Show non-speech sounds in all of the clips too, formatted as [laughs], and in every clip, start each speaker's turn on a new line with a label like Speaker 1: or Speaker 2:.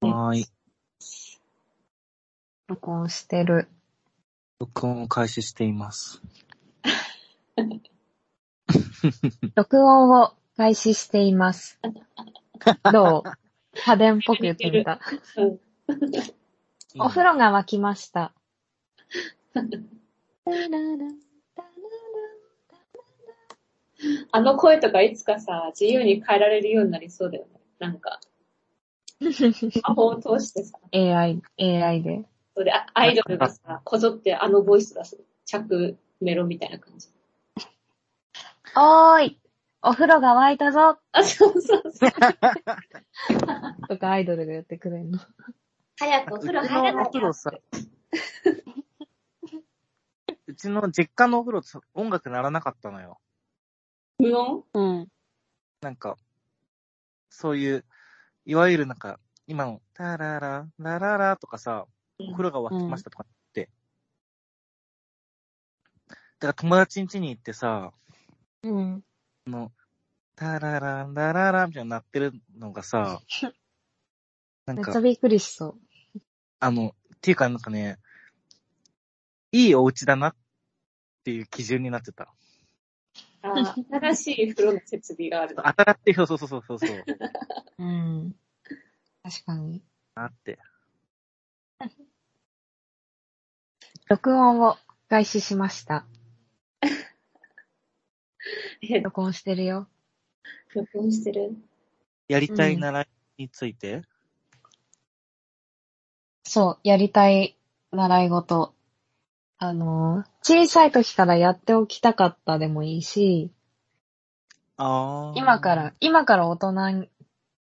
Speaker 1: はーい。
Speaker 2: 録音してる。
Speaker 1: 録音を開始しています。
Speaker 2: 録音を開始してい [laughs] ます。どう家電っぽく言ってみた。お風呂が沸きました。
Speaker 3: あの声とかいつかさ、自由に変えられるようになりそうだよね。なん [laughs] か、スマホを通してさ、
Speaker 2: AI、AI で。
Speaker 3: それあアイドルがさ、こぞってあのボイス出す。着メロみたいな感じ。
Speaker 2: おーいお風呂が沸いたぞ
Speaker 3: あ、そうそうそう。
Speaker 2: とかアイドルがやってくれるの。
Speaker 3: 早くお風呂入らな
Speaker 1: うちのお風呂
Speaker 3: きゃっ
Speaker 1: さ
Speaker 3: て。
Speaker 1: うちの実家のお風呂さ、音楽鳴らなかったのよ。
Speaker 3: 無音
Speaker 4: うん。
Speaker 1: なんか、そういう、いわゆるなんか、今の、タララ、ラララとかさ、お風呂が沸きましたとかって。だから友達ん家に行ってさ、
Speaker 2: うん。
Speaker 1: タララ、ラララみたいなの鳴ってるのが
Speaker 2: [laughs]
Speaker 1: さ、なん
Speaker 2: めっ
Speaker 1: か
Speaker 2: ちゃ、びっくりしそう。
Speaker 1: あの、っていうかなんかね、いいお家だなっていう基準になってた。
Speaker 3: [laughs] あ新しい風呂の設備がある。
Speaker 1: 新しい、そうそうそうそうそう。
Speaker 2: [laughs] うん。確かに。
Speaker 1: なって。
Speaker 2: 録音を開始しました。
Speaker 3: え
Speaker 2: 録音してるよ。
Speaker 3: 録音してる。
Speaker 1: やりたい習いについて、
Speaker 2: そう、やりたい習い事。あの、小さい時からやっておきたかったでもいいし、
Speaker 1: ああ。
Speaker 2: 今か。ら、今から大人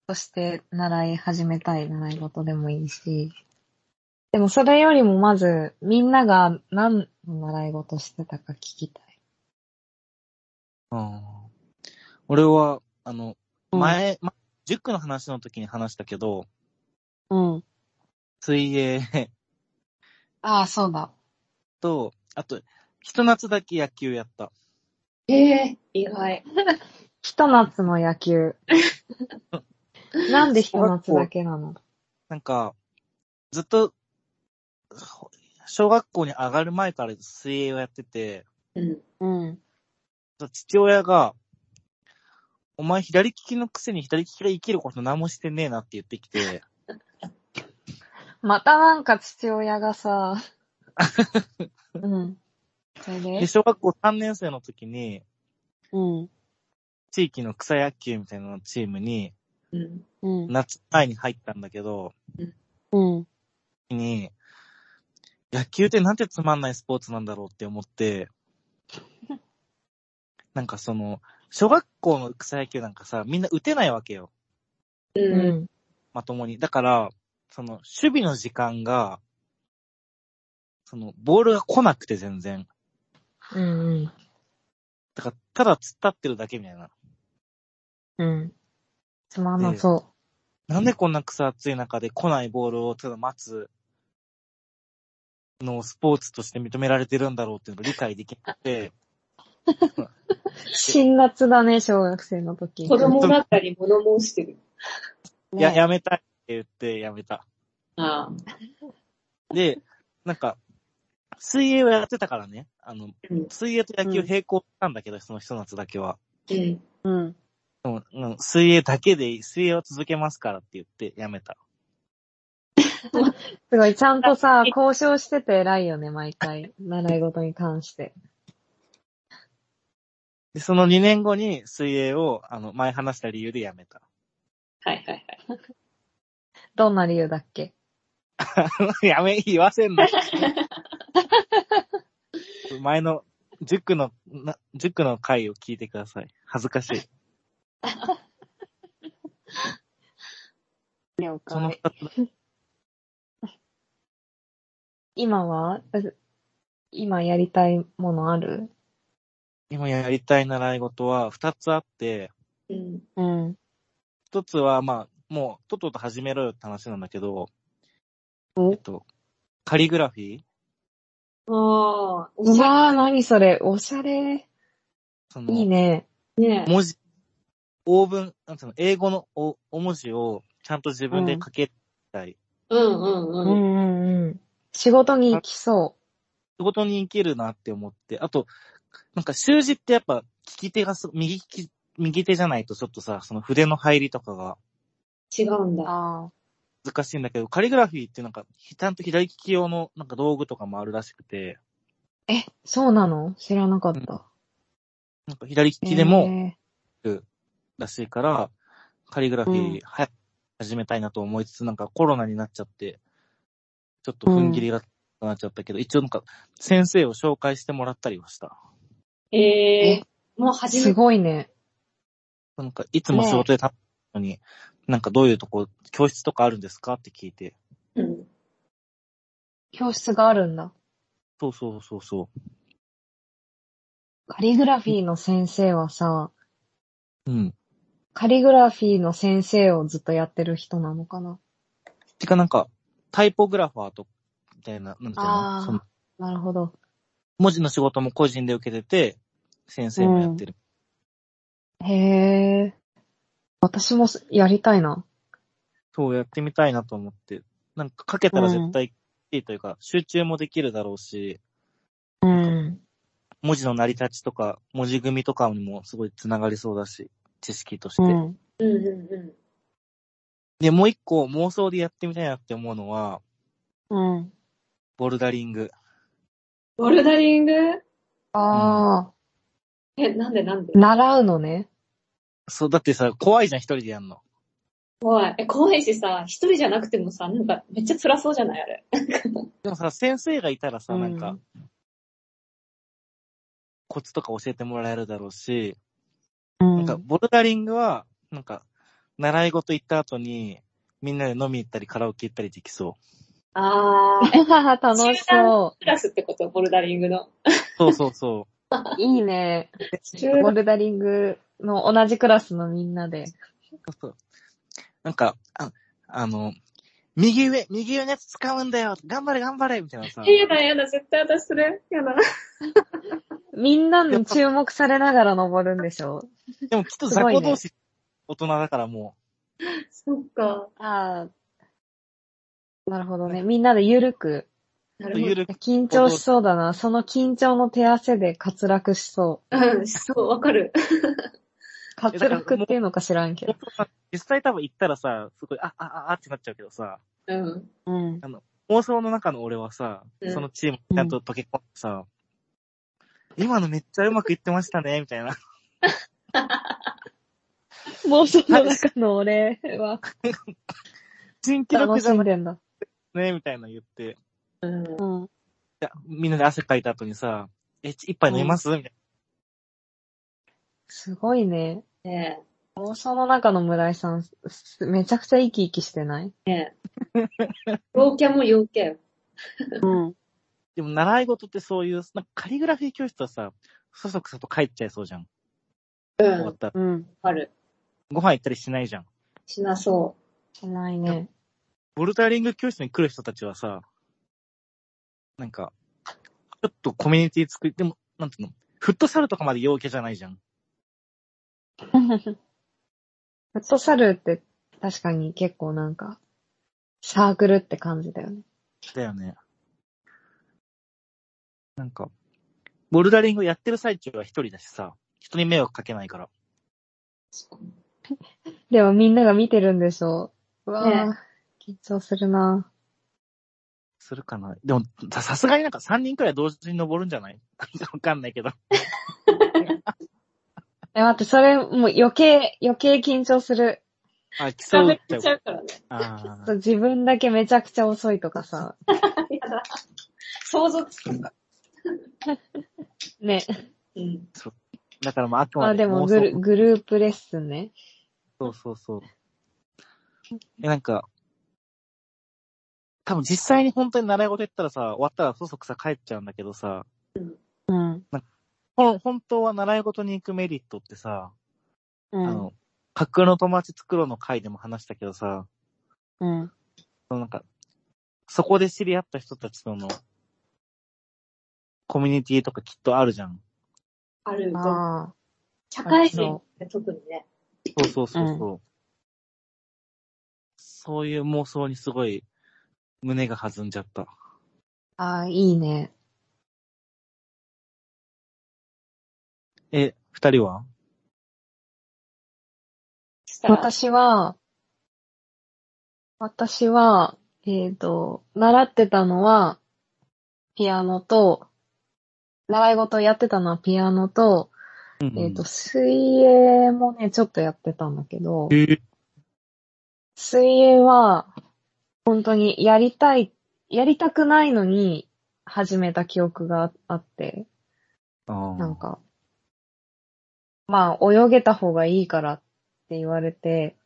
Speaker 2: として習い始めたい習い事でもいいし、でもそれよりもまず、みんなが何の習い事してたか聞きたい。
Speaker 1: うん。俺は、あの、
Speaker 4: うん
Speaker 1: 前、ま塾の話の時に話したけど、
Speaker 4: うん。
Speaker 1: 水泳
Speaker 2: ああ、そうだ。
Speaker 1: と、あと、ひと夏だけ野球やった。
Speaker 3: ええ意外。
Speaker 2: ひと夏の野 [laughs] 球。なんでひと夏だけなの
Speaker 1: なんか、ずっと、小学校に上がる前から水泳をやってて、
Speaker 3: うん。
Speaker 4: うん。
Speaker 1: 父親が、お前左利きのくせに左利きが生きること何もしてねえなって言ってきて、
Speaker 2: またなんか父親がさ、うん。それ
Speaker 1: で、
Speaker 2: で
Speaker 1: 小学校3年生の時に、
Speaker 4: うん。
Speaker 1: 地域の草野球みたいなのチームに、
Speaker 3: うん。
Speaker 4: うん。
Speaker 1: 夏前に入ったんだけど、
Speaker 4: うん。
Speaker 1: に、野球ってなんてつまんないスポーツなんだろうって
Speaker 4: [laughs]
Speaker 1: 思って、なんかその、小学校の草野球なんかさ、みんな打てないわけよ。
Speaker 2: う
Speaker 3: うん。
Speaker 2: ん。
Speaker 1: まともに。だから、その、守備の時間が、その、ボールが来なくて全然。
Speaker 2: うんうん。
Speaker 1: だから、ただ突っ立ってるだけみたいな。
Speaker 2: うん。つまんなそ
Speaker 1: なんでこんな草暑い中で来ないボールをただ待つのをスポーツとして認められてるんだろうっていうのを理解できなくて、
Speaker 2: う。辛辣だね、小学生の時。
Speaker 3: 子供だったり物申してる。
Speaker 4: ね
Speaker 1: や、やめたいって言ってやめた。
Speaker 3: ああ。
Speaker 1: で、なんか、水泳をやってたからね、あの、
Speaker 3: うん。
Speaker 1: 水泳と野球並行したんだけど、その一夏だけは。
Speaker 3: うん。
Speaker 4: うん。
Speaker 1: でもうん水泳だけでいい、水泳を続けますからって言ってやめた。
Speaker 2: すごい、ちゃんとさ、交渉してて偉いよね、毎回。習い事に関して。
Speaker 1: で、その2年後に水泳を、あの、前話した理由でやめた。
Speaker 3: はいはいはい。
Speaker 2: どんな理由だっけ
Speaker 1: [laughs] やめ、言わせんな。前の、塾の、な塾の回を聞いてください。恥ずかしい。
Speaker 4: 了
Speaker 1: その
Speaker 4: 解。
Speaker 1: 二つだ
Speaker 2: 今はう今やりたいものある
Speaker 1: 今やりたい習い事は二つあって、
Speaker 3: うん。
Speaker 4: うん。
Speaker 1: 一つは、まあ、もう、とっとと始めろよって話なんだけど、
Speaker 2: お
Speaker 1: えっと、カリグラフィー
Speaker 3: ああ、お
Speaker 2: う
Speaker 3: しゃ
Speaker 2: わー、なにそれ、おしゃれ。
Speaker 1: そ
Speaker 2: いい
Speaker 1: の、
Speaker 2: ね。
Speaker 3: れね。
Speaker 1: 文字、英文、なんていうの、英語のお、お文字をちゃんと自分で書けるたい。
Speaker 3: うんう
Speaker 2: う
Speaker 3: んうん。
Speaker 2: うんんうん。仕事に行きそ
Speaker 1: 仕事に生きるなって思って、あと、なんか習字ってやっぱ、利き手がす、右利き、右手じゃないとちょっとさ、その筆の入りとかが
Speaker 3: 違うん
Speaker 2: う。
Speaker 3: だ。
Speaker 2: あ
Speaker 1: 難しいんだけど、カリグラフィーってなんか、ちゃんと左利き用のなんか道具とかもあるらしくて、
Speaker 2: あ。え、そうなの知らなかった。
Speaker 1: なんか左利きでも
Speaker 2: え
Speaker 1: らしいから、カリグラフ
Speaker 4: うん
Speaker 1: ィー早く始めたいなと思いつつ、なんかコロナになっちゃって、ちょっと踏ん切りがなっちゃったけど、一応なんか、先生を紹介してもらったりはした。
Speaker 3: ええもう
Speaker 2: ー
Speaker 3: 初
Speaker 2: す
Speaker 3: めて。
Speaker 2: ごいね。
Speaker 1: なんか、いつも仕事で立ったのに、なんかどういうとこ、教室とかあるんですかって聞いて。
Speaker 3: うん
Speaker 2: 教室があるんだ。
Speaker 1: そうそうそうそ
Speaker 2: カリグラフィーの先生はさ、
Speaker 1: う。うん。
Speaker 2: カリグラフィーの先生をずっとやってる人なのかな
Speaker 1: てかなんか、タイポグラファーと、みたいな、なんていうの
Speaker 2: あー
Speaker 1: その
Speaker 2: なるほど。
Speaker 1: 文字の仕事も個人で受けてて、先生もやってる。
Speaker 2: へえ。私もすやりたいな。
Speaker 1: そうやってみたいなと思って。なんか、かけたら絶対いいというか、集中もできるだろうし、
Speaker 2: うん。
Speaker 1: 文字の成り立ちとか、文字組みとかにもすごい繋がりそうだし、知識として。
Speaker 4: うん。
Speaker 3: うんうんうん。
Speaker 1: で、もう一個妄想でやってみたいなって思うのは、
Speaker 4: うん。
Speaker 1: ボルダリング。
Speaker 3: ボルダリング
Speaker 2: ああ、
Speaker 3: え、なんでなんで
Speaker 2: 習うのね。
Speaker 1: そう、だってさ、怖いじゃん、一人でやんの。
Speaker 3: 怖い。え、怖いしさ、一人じゃなくてもさ、なんかめっちゃ辛そうじゃないあれ。
Speaker 1: でもさ、先生がいたらさ、なんか、
Speaker 4: うん
Speaker 1: コツとか教えてもらえるだろうし、
Speaker 4: うん
Speaker 1: なんか、ボルダリングは、なんか、習い事行った後に、みんなで飲み行ったり、カラオケ行ったりできそ
Speaker 3: あー。え、
Speaker 2: [laughs] 楽しそ。
Speaker 3: クラスってことボルダリングの。
Speaker 1: う。そうそうそう [laughs]
Speaker 2: いいね。
Speaker 3: 中
Speaker 2: ボルダリングの同じクラスのみんなで。
Speaker 1: う。そうそうなんか、ああの、右上、右上のやつ掴むんだよ頑張れ頑張れみたいなさ。
Speaker 3: え、やだやだ、絶対私それ。や [laughs] だ。
Speaker 2: みんなに注目されながら登るんでしょ
Speaker 1: でもきっと
Speaker 2: [laughs] す
Speaker 1: 雑
Speaker 2: ごいね
Speaker 1: 魚同士、大人だからも
Speaker 3: そっか。
Speaker 2: ああ。なるほどね。みんなでゆるく。
Speaker 3: な
Speaker 1: う、
Speaker 3: るほ
Speaker 1: ゆる
Speaker 2: [laughs]
Speaker 1: く、
Speaker 2: 緊張しそうだな。その緊張の手汗で滑落しそう。
Speaker 3: ど。うん、そう、わかる。
Speaker 2: 滑落っていうのか知らんけど。
Speaker 1: 実際多分行ったらさ、すごい、あ、あ、あ、あってなっちゃうけどさ、
Speaker 3: うん。
Speaker 4: うん。
Speaker 1: 妄想の中の俺はさ、
Speaker 3: うん
Speaker 1: そのチームにちゃんと溶け込んでさ、今のめっちゃうまくいってましたね、みたいな。
Speaker 2: 妄想の中の俺は
Speaker 1: [laughs] 新記
Speaker 2: 楽
Speaker 1: 録じ
Speaker 2: し
Speaker 1: ゃ
Speaker 2: ん
Speaker 1: ない
Speaker 2: でんだ。
Speaker 1: ね、みたいな言って。
Speaker 3: うん。
Speaker 4: うん。
Speaker 1: いやみんなで汗かいた後にさ、え、ち一杯飲みます、みたい
Speaker 2: すごいね。
Speaker 3: ね
Speaker 2: 妄想の中の村井さん、すめちゃくちゃ生き生きしてない
Speaker 3: え。ねえ。陽キャも陽キャよ。
Speaker 4: うん。
Speaker 1: な。でも習い事ってそういう、なんかカリグラフィー教室はさ、そそくさと帰っちゃいそうじゃん。
Speaker 3: う
Speaker 1: 終わっ
Speaker 3: ん。
Speaker 1: たら。
Speaker 4: うん。
Speaker 3: ある。
Speaker 1: ご飯行ったりしないじゃん。
Speaker 3: しなそ
Speaker 2: しないね。
Speaker 1: ボルダリング教室に来る人たちはさ、なんか、ちょっとコミュニティ作り、でも、なんていうのフットサルとかまで陽キャじゃないじゃん。
Speaker 2: フットサルって確かに結構なんか、サークルって感じだよね。
Speaker 1: だよね。なんか、ボルダリングやってる最中は一人だしさ、人に迷惑かけないから。
Speaker 2: でもみんなが見てるんでしょう。うわぁ、
Speaker 3: ね
Speaker 2: 緊張するなぁ
Speaker 1: するかな。でも、ささすがになんか3人くらい同時に登るんじゃない [laughs] わかんないけど。
Speaker 2: え、待って、それ、もう余計、余計緊張する。
Speaker 1: あ、
Speaker 3: う。
Speaker 1: 競
Speaker 3: 疲
Speaker 1: う
Speaker 3: れ [laughs]
Speaker 1: っちゃう
Speaker 3: ち。ゃうからね。
Speaker 1: あー
Speaker 2: 自分だけめちゃくちゃ遅いとかさ。
Speaker 3: やだ。想像つくか。
Speaker 2: [laughs] ね。
Speaker 3: うん。
Speaker 1: だからもうあく
Speaker 2: ま
Speaker 1: ま
Speaker 2: あ
Speaker 1: で
Speaker 2: で
Speaker 1: 妄
Speaker 2: も
Speaker 1: 想。
Speaker 2: グル、グループレッスンね。
Speaker 1: そうそうそう。え、なんか、多分実際に本当に習い事行ったらさ、終わったらそそくさ帰っちゃうんだけどさ、
Speaker 4: うん。
Speaker 1: ほん本当は習い事に行くメリットってさ、
Speaker 4: うん。
Speaker 1: あの、架空の友達作ろうの回でも話したけどさ、
Speaker 4: うん。
Speaker 1: そのなんか、そこで知り合った人たちとの、コミュニティとかきっとあるじゃん。
Speaker 3: ある。
Speaker 2: あ
Speaker 3: 社会人って特にね。
Speaker 1: そうそうそうそう。そういう妄想にすごい胸が弾んじゃった。
Speaker 2: ああ、いいね。
Speaker 1: え、二人は
Speaker 3: したら、
Speaker 2: 私は、私は、えっ、と、習ってたのは、ピアノと、習い事やってたのはピアノと、えっ、と、水泳もね、ちょっとやってたんだけど、
Speaker 1: えー
Speaker 2: 水泳は、本当にやりたい、やりたくないのに始めた記憶があって、
Speaker 1: あー
Speaker 2: なんか、まあ、泳げた方がいいからって言われて、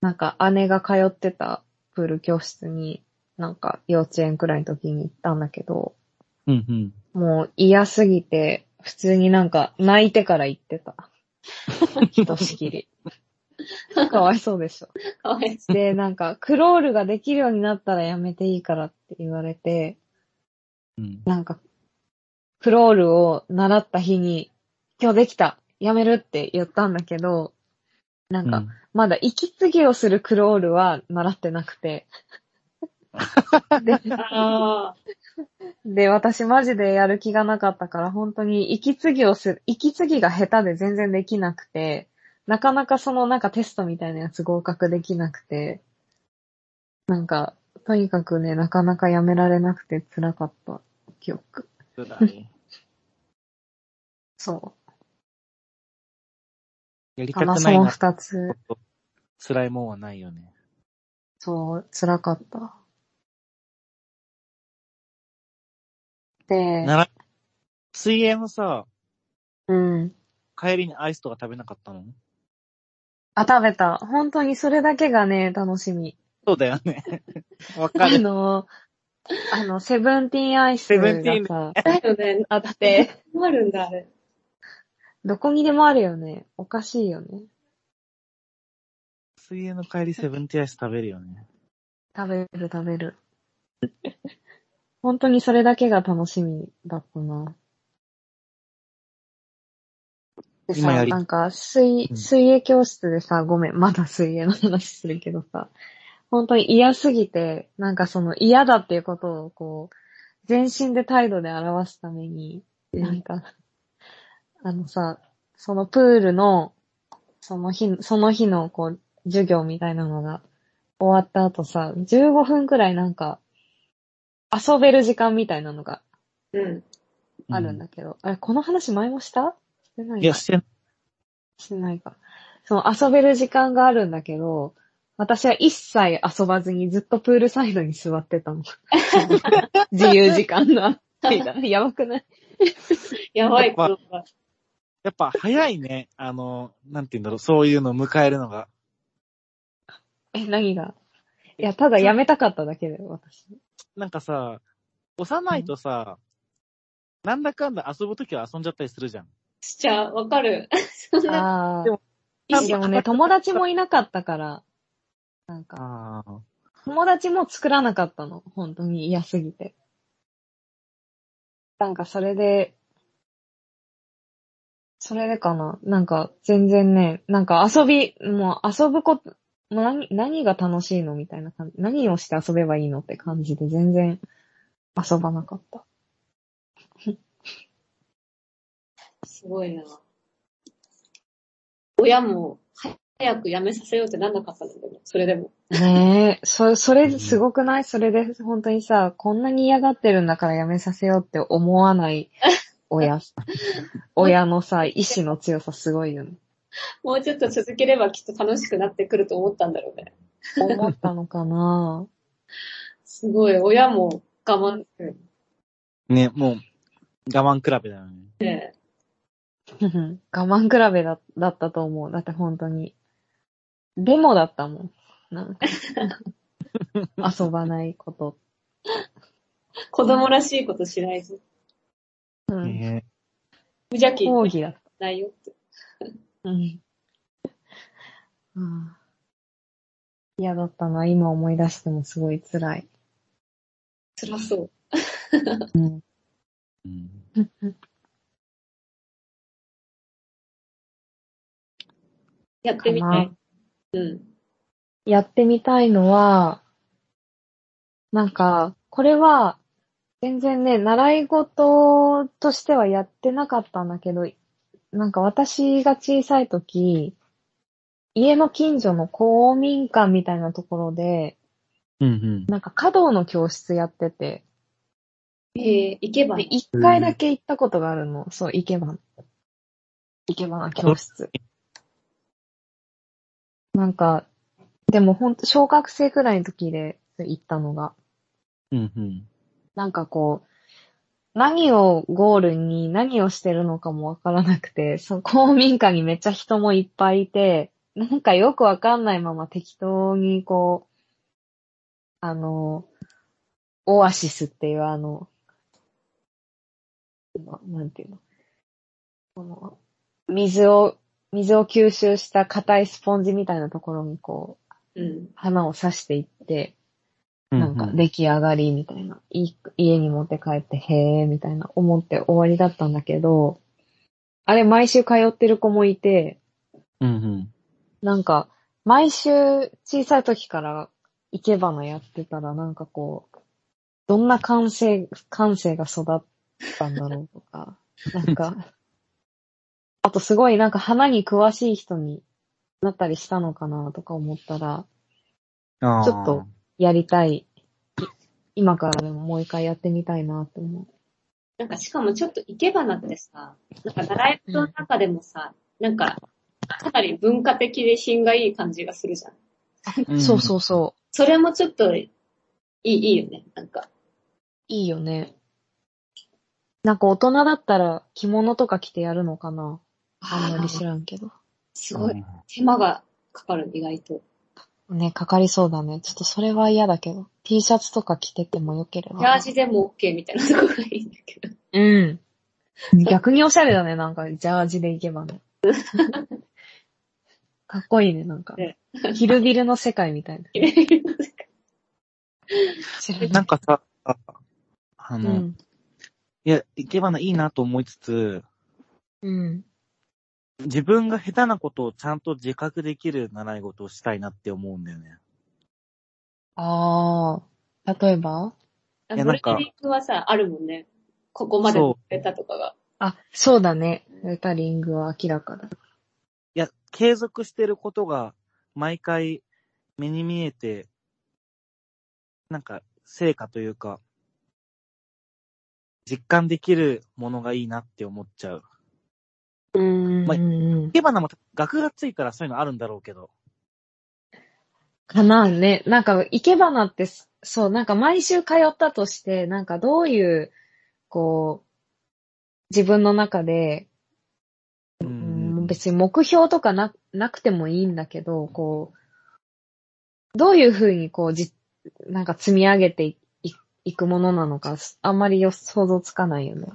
Speaker 2: なんか姉が通ってたプール教室に、なんか幼稚園くらいの時に行ったんだけど、
Speaker 1: うんうん。
Speaker 2: もう嫌すぎて、普通になんか泣いてから行ってた。ひとしきり。かわいそうでしょ。
Speaker 3: かわ [laughs] いそ
Speaker 2: で、なんか、クロールができるようになったらやめていいからって言われて、
Speaker 1: うん、
Speaker 2: なんか、クロールを習った日に、今日できたやめるって言ったんだけど、なんか、まだ息継ぎをするクロールは習ってなくて。で
Speaker 3: う。ああ、
Speaker 2: で、私マジでやる気がなかったから、本当に息継ぎをする、息継ぎが下手で全然できなくて、なかなかそのなんかテストみたいなやつ合格できなくて、なんか、とにかくね、なかなかやめられなくて辛かった記憶。
Speaker 1: うん。辛い
Speaker 2: そ
Speaker 1: やり
Speaker 2: う。
Speaker 1: たく
Speaker 2: かな、そ
Speaker 1: ない
Speaker 2: の
Speaker 1: な、
Speaker 2: 二つ。
Speaker 1: 辛いもんはないよね。
Speaker 2: そう、辛かった。で、
Speaker 1: なら、水泳もさ、
Speaker 2: うん。
Speaker 1: 帰りにアイスとか食べなかったの
Speaker 2: あ、食べた。本当にそれだけがね、楽しみ。
Speaker 1: そうだよね。わか
Speaker 2: あ
Speaker 1: る。
Speaker 2: の、あの、セブンティーンアイス
Speaker 1: セ
Speaker 2: が
Speaker 1: ブンティーン
Speaker 2: さ、
Speaker 3: だよね。
Speaker 2: あって、
Speaker 3: あるんだ、あれ。
Speaker 2: どこにでもあるよね。おかしいよね。
Speaker 1: 水泳の帰りセブンティーアイス食べるよね。
Speaker 2: 食べる食べる。本当にそれだけが楽しみだったな。で
Speaker 1: 今や
Speaker 2: さ、
Speaker 1: り
Speaker 2: なんか、水
Speaker 1: う、ん
Speaker 2: 水泳教室でさ、ごめん、まだ水泳の話するけどさ、本当に嫌すぎて、なんかその嫌だっていうことをこう、全身で態度で表すために、なんか、あのさ、そのプールの、その日、その日の、こう、授業みたいなのが終わった後さ、15分くらいなんか、遊べる時間みたいなのが
Speaker 3: うん。
Speaker 2: あるんだけど、あれ、この話前もしたしてな
Speaker 1: う
Speaker 2: い
Speaker 1: ん。
Speaker 2: か
Speaker 1: いや、してん
Speaker 2: してないか。その遊べる時間があるんだけど、私は一切遊ばずにずっとプールサイドに座ってたの。自由時間の間。やばくない
Speaker 3: やばいことが。
Speaker 1: やっぱ早いね。あの、なんて言うんだろう、そういうのを迎えるのが。
Speaker 2: え、何がいや、ただやめたかっただけだよ、私。
Speaker 1: なんかさ、幼いとさ、なんだかんだ遊ぶときは遊んじゃったりするじゃん。
Speaker 3: しちゃう。わかる。そんな、
Speaker 2: ああ。
Speaker 1: で
Speaker 2: で
Speaker 1: も
Speaker 2: も
Speaker 1: 多分
Speaker 2: ね、友達もいなかったから、なんか、
Speaker 1: ああ。
Speaker 2: 友達も作らなかったの。本当に嫌すぎて。なんかそれで、それでかな。なんか全然ね、なんか遊び、もう遊ぶこと、もう何何が楽しいのみたいな感じ。何をして遊べばいいのって感じで全然遊ばなかった。
Speaker 3: すごいな。親も早く辞めさせようってなんなかったんだけど、それでも。
Speaker 2: ねえ、そ、それすごくないそれで本当にさ、こんなに嫌がってるんだからやめさせようって思わない親、親のさ、意志の強さすごいよね。
Speaker 3: もうちょっと続ければきっと楽しくなってくると思ったんだろうね。
Speaker 2: 思ったのかな [laughs]
Speaker 3: すごい。親も我慢する。
Speaker 1: ね、もう、我慢比べだよね。
Speaker 3: ね
Speaker 2: 我慢比べだだったと思う。だって本当に。でもだったもん。なんか遊ばないこと。
Speaker 3: 子供らしいことしないぞ。
Speaker 2: うん。
Speaker 1: ね
Speaker 3: 無邪気
Speaker 2: 抗議だっ
Speaker 3: ないよって。
Speaker 2: た。うん。ああ嫌だったな。今思い出してもすごい辛い。
Speaker 3: 辛そう。
Speaker 2: うん。
Speaker 1: うん
Speaker 3: やってみたい。うん。
Speaker 2: やってみたいのは、なんか、これは、全然ね、習い事としてはやってなかったんだけど、なんか私が小さい時、家の近所の公民館みたいなところで、
Speaker 1: うん
Speaker 2: なんか華道の教室やってて、
Speaker 3: えー、行けば
Speaker 2: で、
Speaker 3: いい。
Speaker 2: 一回だけ行ったことがあるの。そう、生け花。生け花教室。なんか、でもほんと、小学生くらいの時で行ったのが、
Speaker 1: うん。うんうん。
Speaker 2: なんかこう、何をゴールに何をしてるのかもわからなくて、 [laughs] その公民館にめっちゃ人もいっぱいいて、なんかよくわかんないまま適当にこう、あの、オアシスっていうあの、ななんていうのこの、水を、水を吸収した硬いスポンジみたいなところにこう、
Speaker 3: うん。
Speaker 2: 花を刺していって、
Speaker 1: う
Speaker 2: なんか出来上がりみたいな。い家に持って帰って、へーみたいな思って終わりだったんだけど、あれ毎週通ってる子もいて、
Speaker 1: うん
Speaker 2: なんか毎週小さい時から生け花やってたらなんかこう、どんな感性、感性が育ったんだろうとか、なんか、あとすごいなんか花に詳しい人になったりしたのかなとか思ったら、
Speaker 1: うん。あー
Speaker 2: ちょっと。やりたい。い今からでももう一回やってみたいなって思
Speaker 3: なんかしかもちょっと生け花ってさ、なんか習い事の中でもさ、なんか、かなり文化的で品がいい感じがするじゃん。
Speaker 2: う。
Speaker 1: うん
Speaker 2: そうそうそ
Speaker 3: それもちょっと、いい、いいよね。なんか、
Speaker 2: う。いいよね。なんか大人だったら着物とか着てやるのかなあんまり知らんけど。
Speaker 3: すごい、手間がかかる、意外と。
Speaker 2: ね、かかりそうだね。ちょっとそれは嫌だけど。T シャツとか着ててもよければ。
Speaker 3: ジャージでも OK みたいなとこがいいんだけど。
Speaker 2: うん。逆におしゃれだね、なんか、ジャージでいけば [laughs] ね。かっこいいね、なんか
Speaker 3: ね。
Speaker 2: ヒルビルの世界みたいな。知ら
Speaker 1: うん
Speaker 2: ない
Speaker 1: なんかさ、ああ
Speaker 2: う
Speaker 1: の、
Speaker 2: ん。
Speaker 1: いや、いけばないいなと思いつつ、
Speaker 2: うん。
Speaker 1: 自分が下手なことをちゃんと自覚できる習い事をしたいなって思うんだよね。
Speaker 2: ああ。例えば
Speaker 3: あ
Speaker 1: いや
Speaker 3: ボ
Speaker 1: な
Speaker 3: ル
Speaker 1: んか
Speaker 3: ダリングはさ、あるもんね。ここまで
Speaker 1: そう
Speaker 3: 触れたとかが。
Speaker 2: あ、そうだね。レタリングは明らかだ。
Speaker 1: いや、継続してることが、毎回、目に見えて、なんか、成果というか、実感できるものがいいなって思っちゃう。
Speaker 4: うん。
Speaker 1: まあ
Speaker 2: うんうん
Speaker 1: 火花も額がついたらそういうのあるんだろうけど。
Speaker 2: かなね。なんか、生け花ってす、そう、なんか毎週通ったとして、なんかどういう、こう、自分の中で、
Speaker 1: う
Speaker 2: うん別に目標とかな、なくてもいいんだけど、こう、どういうふうにこう、じ、なんか積み上げていいいくものなのか、あんまりよ想像つかないよね。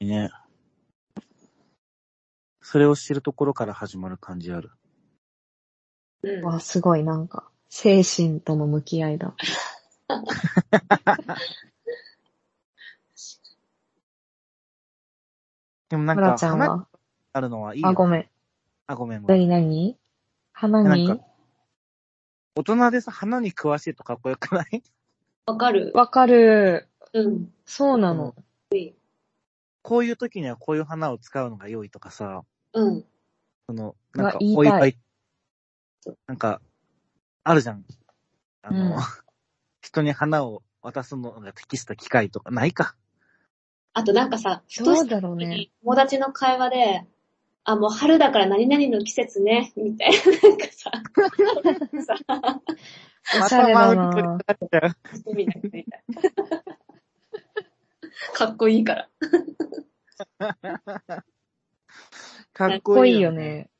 Speaker 1: ね。それを知るところから始まる感じある。
Speaker 3: うん。
Speaker 2: わ、すごい、なんか、精神との向き合いだ。
Speaker 1: でもなん
Speaker 2: 村
Speaker 1: か、
Speaker 2: ちゃん
Speaker 1: 花
Speaker 2: は
Speaker 1: が。あるのはいいよ
Speaker 2: あ、ごめん。
Speaker 1: あ、ごめん。ごめん
Speaker 2: 何何花に
Speaker 1: なんか大人でさ、花に詳しいとかっこよくない [laughs]
Speaker 3: わかる。
Speaker 2: わかる。
Speaker 3: うん。
Speaker 2: そうなの。
Speaker 1: こういう時にはこういう花を使うのが良いとかさ、
Speaker 3: うん。
Speaker 1: その、なんか
Speaker 2: うわ言い、た
Speaker 1: お
Speaker 2: い
Speaker 1: 祝い、なんか、あるじゃん。あの、
Speaker 2: うん
Speaker 1: [laughs] 人に花を渡すのが適した機会とか、ないか。
Speaker 3: あとなんかさ、ふ
Speaker 2: ど
Speaker 3: と
Speaker 2: う
Speaker 3: し
Speaker 2: だ
Speaker 3: た
Speaker 2: ろう
Speaker 3: 時
Speaker 2: ね
Speaker 3: に。友達の会話で、あ、もう春だから何々の季節ね、みたいな、なんかさ、 [laughs] さ、
Speaker 2: おしゃれだ
Speaker 1: またマウン
Speaker 2: な
Speaker 1: トになっちゃう
Speaker 3: みたいな、みたいな。かっこいいから。
Speaker 1: か
Speaker 2: かっこいいよ。ね。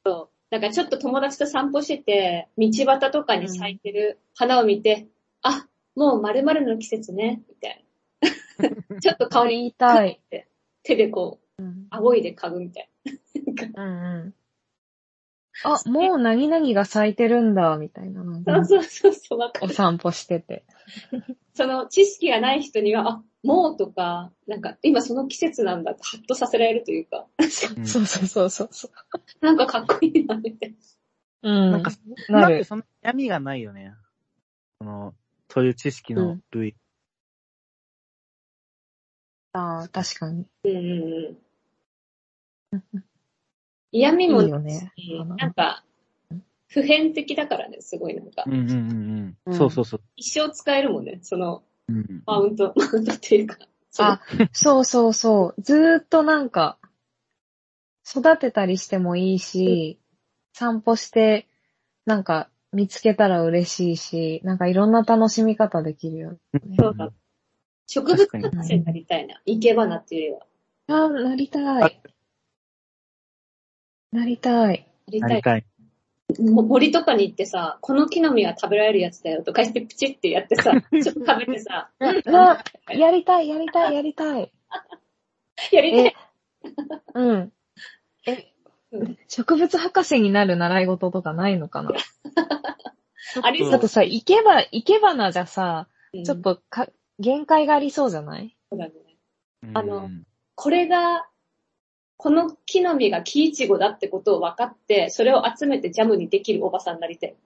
Speaker 3: なんかちょっと友達と散歩してて、道端とかに咲いてる花を見て、あ、もう〇〇の季節ね、みたい [laughs] な。ちょっと顔に
Speaker 2: 言いたい。
Speaker 3: って、手でこう、
Speaker 2: うん
Speaker 3: 仰いで嗅ぐみたいな。
Speaker 2: うんうん。あ、もう何々が咲いてるんだ、み
Speaker 1: [laughs]
Speaker 2: たいな。なんか
Speaker 3: なんかそうそうそう、わか
Speaker 2: お
Speaker 3: る。
Speaker 2: 散歩してて。
Speaker 3: その知識がない人には、あ、もうとか、なんか今その季節なんだってハッとさせられるというか、
Speaker 1: うん
Speaker 2: そうそうそうそうそう。
Speaker 3: なんかかっこいいな、みたい
Speaker 2: うん。
Speaker 1: なんか、
Speaker 2: な
Speaker 1: だって
Speaker 2: る。
Speaker 1: その闇がないよね。その、そういう知識の類。
Speaker 2: ああ、確かに。
Speaker 3: うんうんうん。嫌味も
Speaker 2: いいよね
Speaker 3: ないしなんか、普遍的だからね、すごいなんか
Speaker 1: う。んうんうん
Speaker 4: う
Speaker 1: うんん。そうそうそう。
Speaker 3: 一生使えるもんね、その、
Speaker 1: うん。
Speaker 3: マウント、マ [laughs] ウントっていうか。その
Speaker 2: あ、そうそうそう。ずーっとなんか、育てたりしてもいいし、散歩して、なんか、見つけたら嬉しいし、なんかいろんな楽しみ方できるよね。
Speaker 3: そうだ植物
Speaker 1: 確
Speaker 3: 博
Speaker 2: か
Speaker 3: 士
Speaker 2: に
Speaker 3: になりたいな。生け花っていうよりは。
Speaker 2: ああ、なりたい。なりたい。
Speaker 3: なり
Speaker 1: な
Speaker 3: たい
Speaker 1: りたい。
Speaker 3: も森とかに行ってさ、この木の実は食べられるやつだよとか言ってプチってやってさ、ちょっと食べてさ、
Speaker 2: あ、やりたい、やりたい、やりたい。
Speaker 3: やりた
Speaker 2: え
Speaker 3: い。、
Speaker 2: うん。え
Speaker 3: うん、
Speaker 2: 植物博士になる習い事とかないのかな
Speaker 3: あり
Speaker 2: だ
Speaker 3: そ
Speaker 2: とさ、生けば、生け花じゃさ、ちょっ
Speaker 3: うん
Speaker 2: とか、限界がありそうじゃない
Speaker 3: そうだね
Speaker 1: うん
Speaker 3: あの
Speaker 1: うん
Speaker 3: これが、この木の実が木イチゴだってことを分かって、それを集めてジャムにできるおばさんになりたい。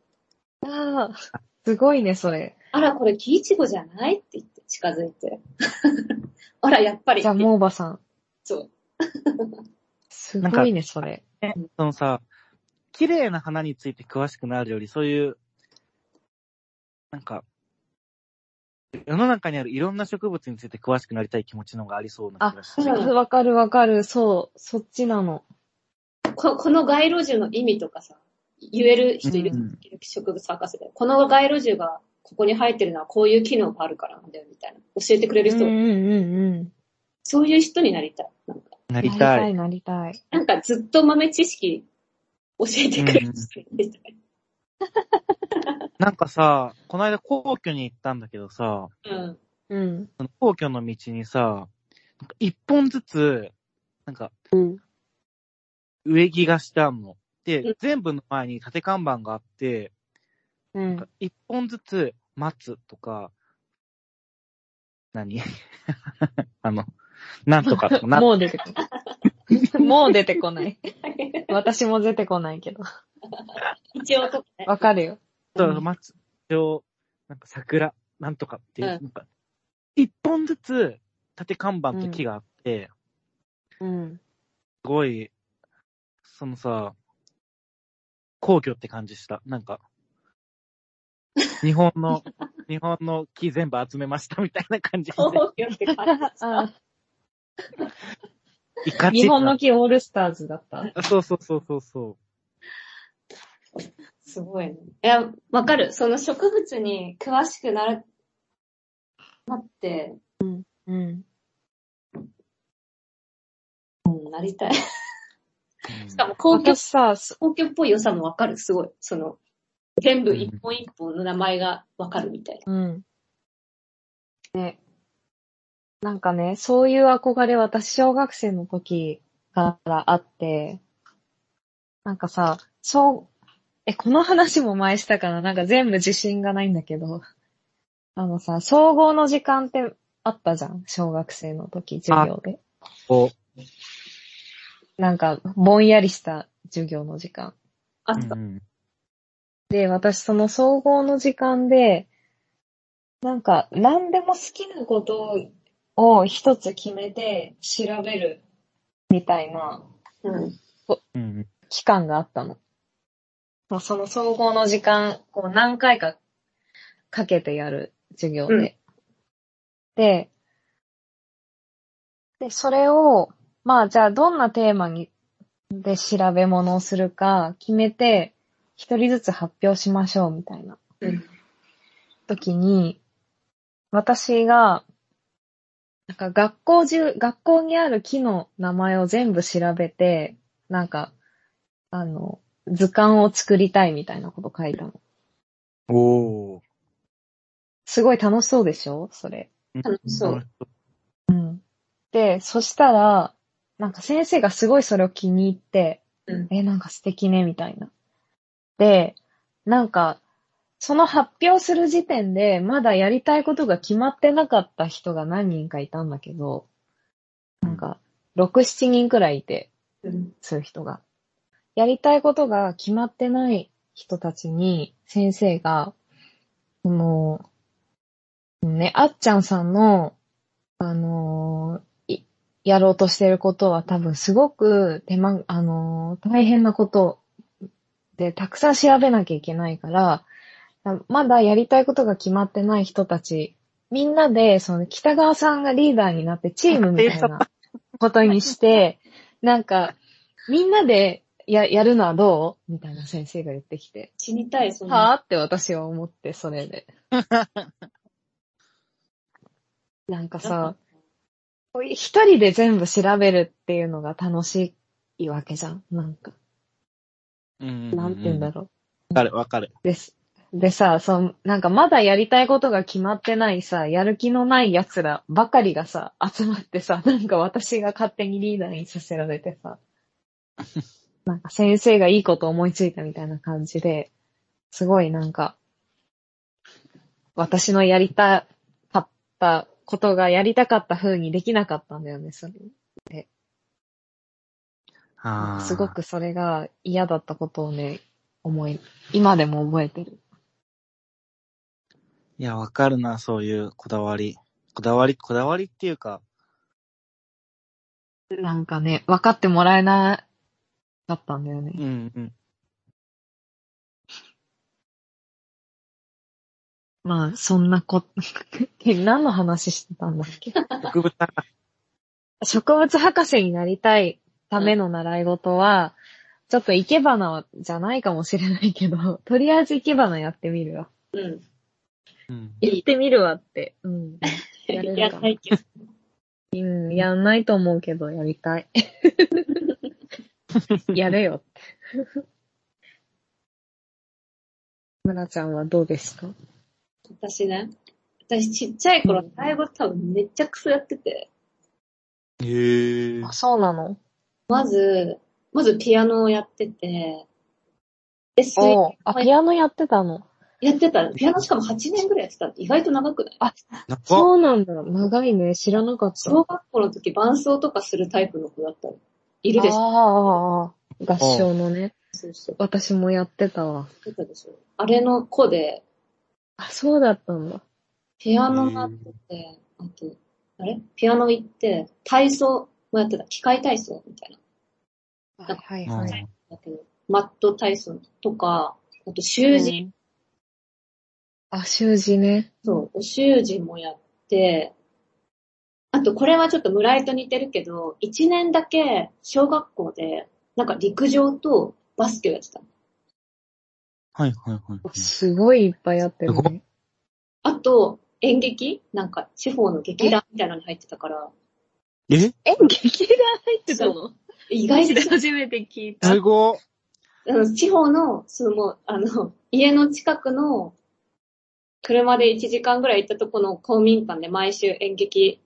Speaker 2: ああ、すごいね、それ。
Speaker 3: あら、これ木イチゴじゃないって言って近づいて。 [laughs] あら、やっぱり。
Speaker 2: じゃあ、もうばさん。
Speaker 3: そう。
Speaker 2: すごいね、それ。
Speaker 1: ねそのさ、綺麗な花について詳しくなるより、そういう、なんか、世の中にあるいろんな植物について詳しくなりたい気持ちの方がありそうな気がし
Speaker 3: あ
Speaker 1: て。
Speaker 3: そう
Speaker 2: わかるわかる、そう、そっちなの。
Speaker 3: ここの街路樹の意味とかさ、言える人いる、
Speaker 1: うん
Speaker 3: 植物博士で。この街路樹がここに生えてるのはこういう機能があるからなんだよ、みたいな。教えてくれ
Speaker 2: う
Speaker 3: る
Speaker 2: ん
Speaker 3: 人、
Speaker 2: うんうん。
Speaker 3: そういう人になりたい。なんか、
Speaker 1: な
Speaker 2: な
Speaker 1: りたい。
Speaker 2: い、なりたい。
Speaker 3: なんかずっと豆知識教えてくれる人になりたい。
Speaker 1: なんかさ、この間皇居に行ったんだけどさ、
Speaker 3: うん。
Speaker 2: うん。
Speaker 1: その皇居の道にさ、なんか一本ずつ、なんか
Speaker 4: うん。
Speaker 1: 植木がしてあんの。
Speaker 3: う
Speaker 1: で
Speaker 3: ん、
Speaker 1: 全部の前に縦看板があって、
Speaker 2: うん。
Speaker 1: なんか一本ずつ待つとか、何 [laughs] あの、なんとか
Speaker 2: [laughs]
Speaker 1: とか、な
Speaker 2: もう出てこ [laughs] ない。もう出てこない。私も出てこないけど。
Speaker 3: 一応とかね。
Speaker 2: わかるよ。
Speaker 1: そう、松、上、なんか桜、なんとかっていう、
Speaker 3: うん
Speaker 1: なんか、一本ずつ縦看板と木があって、す
Speaker 2: うん。
Speaker 1: ごい、そのさ、皇居って感じした。なんか、日本の、日本の木全部集めましたみたいな感じで、
Speaker 3: そうよって感じでした。
Speaker 2: あ
Speaker 1: いかち
Speaker 2: 日本の木オールスターズだった。
Speaker 1: そうそうそうそうそう。
Speaker 3: すごいね。いや、わかる。その植物に詳しくなる、なって、
Speaker 2: うん。
Speaker 3: うん、なりたい。し
Speaker 1: うん
Speaker 3: かも公共
Speaker 2: 私さ、す
Speaker 3: 皇居っぽい良さもわかる、すごい。その、全部一本一本の名前がわかるみたい
Speaker 2: うん。ね。なんかね、そういう憧れ私小学生の時からあって、なんかさ、そう、え、この話も前したからなんか全部自信がないんだけど、あのさ、総合の時間ってあったじゃん小学生の時、授業で。
Speaker 1: こ
Speaker 2: なんか、ぼんやりした授業の時間。
Speaker 3: な。あ
Speaker 1: う、
Speaker 3: った。
Speaker 1: うん
Speaker 2: で、私その総合の時間で、なんか何でも好きなことを一つ決めて調べるみたいな
Speaker 3: うん。
Speaker 1: うん
Speaker 2: 期間があったの。もうその総合の時間、こう何回かかけてやる授業で。
Speaker 3: うん
Speaker 2: で、で、それを、まあじゃあどんなテーマに、で調べ物をするか決めて、一人ずつ発表しましょうみたいな。
Speaker 3: うん。
Speaker 2: 時に、私が、なんか学校中、学校にある木の名前を全部調べて、なんか、あの、図鑑を作りたいみたいなこと書いたの。
Speaker 1: おー。
Speaker 2: すごい楽しそうでしょそれ。
Speaker 3: 楽しそう。
Speaker 2: で、そしたら、なんか先生がすごいそれを気に入って、
Speaker 3: うん
Speaker 2: え、なんか素敵ね、みたいな。で、なんか、その発表する時点で、まだやりたいことが決まってなかった人が何人かいたんだけど、なんか、6、7人くらいいて、
Speaker 3: うん。
Speaker 2: そういう人が。やりたいことが決まってない人たちに先生が、その、ね、あっちゃんさんの、あのーいやろうとしてることは多分すごく手間、あのー大変なことで、たくさん調べなきゃいけないから、まだやりたいことが決まってない人たち、みんなで、その北川さんがリーダーになってチームみたいなことにして、なんか、みんなでや、やるのはどうみたいな先生が言ってきて。
Speaker 3: 死にたい、そん
Speaker 2: は
Speaker 3: な。
Speaker 2: ぁって私は思って、それ [laughs] で。なんかさ、こういう一人で全部調べるっていうのが楽しいわけじゃん。なんか、
Speaker 1: うん
Speaker 2: なんて言うんだろ
Speaker 1: わかる、わかる。
Speaker 2: う。です。でさ、その、なんかまだやりたいことが決まってないさ、やる気のない奴らばかりがさ、集まってさ、なんか私が勝手にリーダーにさせられて
Speaker 1: [laughs]
Speaker 2: さ、なんか先生がいいこと思いついたみたいな感じで、すごいなんか、私のやりたかったことがやりたかった風にできなかったんだよね、それ。
Speaker 1: あー
Speaker 2: すご。くそれが嫌だったことをね、思い、今でも覚えてる。
Speaker 1: いや、わかるな、そういうこだわり。こだわり、こだわりっていうか、
Speaker 2: なんかね、分かってもらえなかったんだよ
Speaker 1: う
Speaker 2: ね。
Speaker 1: んうん。
Speaker 2: まあ、そんな [laughs] こ、何の話してたんだっけ
Speaker 1: 植物博士
Speaker 2: 植物博士になりたいための習い事は、ちょっと生け花じゃないかもしれないけど、 [laughs] とりあえず生け花やってみるわ。
Speaker 3: うん。
Speaker 1: うん。
Speaker 3: いい
Speaker 2: やってみるわって。うん。やれ
Speaker 3: や
Speaker 2: る
Speaker 3: ら
Speaker 2: か
Speaker 3: な
Speaker 2: ない
Speaker 3: けど。
Speaker 2: うん、やんないと思うけど、やりた [laughs] い。やれよって。 [laughs] 村ちゃんはどうですか
Speaker 3: 私ね。私ちっちゃい頃、習い事多分めちゃくそやってて。
Speaker 1: へー
Speaker 2: あ、そうなの
Speaker 3: まず、まずピアノをやってて、で、水
Speaker 2: おうあ、ピアノやってたの。
Speaker 3: やってた。ピアノしかも8年ぐらいやってたって意外と長くない
Speaker 1: 長っ
Speaker 2: そうなんだ。長いね。知らなかった。
Speaker 3: 小学校の時伴奏とかするタイプの子だったの。いるでしょ
Speaker 2: あーあー、あー合唱のね。
Speaker 3: そうそう。
Speaker 2: 私もやってたわ。
Speaker 3: やってたでしょあれの子で、
Speaker 2: あ、そうだったんだ。
Speaker 3: ピアノがあって、あと、あれピアノ行って、体操もやってた。機械体操みたいな。
Speaker 2: はい
Speaker 1: うん
Speaker 2: はい。
Speaker 3: だけど、マット体操とか、あと習字、
Speaker 2: あ、習字ね。
Speaker 3: そう、お習字もやって、あとこれはちょっと村井と似てるけど、1年だけ小学校で、なんか陸上とバスケをやってたの。
Speaker 1: はいはいはい。
Speaker 2: すごいいっぱいやってる
Speaker 1: すご
Speaker 2: ね。
Speaker 3: あと、演劇なんか地方の劇団みたいなのに入ってたから、
Speaker 1: え
Speaker 2: え、劇団入って
Speaker 3: たの意外と、
Speaker 2: 初めて聞い
Speaker 1: すごっ
Speaker 3: あの地方の、そのもう、あの、家の近くの、車で1時間ぐらい行ったとこの公民館で毎週演劇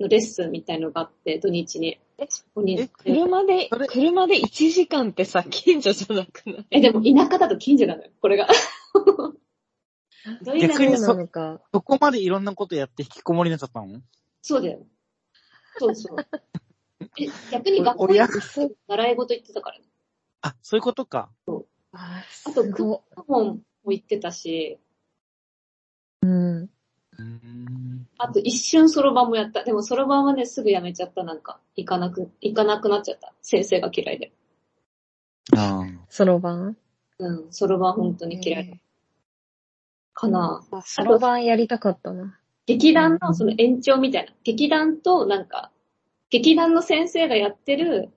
Speaker 3: のレッスンみたいのがあって、土日に。
Speaker 2: え
Speaker 3: 鬼
Speaker 1: え
Speaker 2: 車で
Speaker 1: それ、
Speaker 2: 車で1時間ってさ、近所じゃなくない
Speaker 3: え、でも田舎だと近所なのよ、
Speaker 1: [laughs]
Speaker 3: これが。どういう
Speaker 1: 逆に
Speaker 3: 中
Speaker 1: そ
Speaker 2: そうなのか。
Speaker 1: そこまでいろんなことやって引きこもりになっちゃったの
Speaker 3: そうだよ。そうそう。え、逆に学校
Speaker 1: 親
Speaker 3: に習い事行ってたからね。
Speaker 1: あ、そういうことか。
Speaker 2: あ
Speaker 3: あと、
Speaker 2: すご
Speaker 3: クモンも行ってたし、
Speaker 2: うん。
Speaker 1: うーん。
Speaker 3: あと一瞬そろばんもやった。でもそろばんはね、すぐやめちゃった、なんか。行かなく、行かなくなっちゃった。先生が嫌いで。
Speaker 1: あー
Speaker 2: そろばん
Speaker 3: うん、そろばん本当に嫌いだかな。
Speaker 2: あそろばんやりたかったな。
Speaker 3: 劇団のその延長みたいな。劇団となんか、劇団の先生がやってる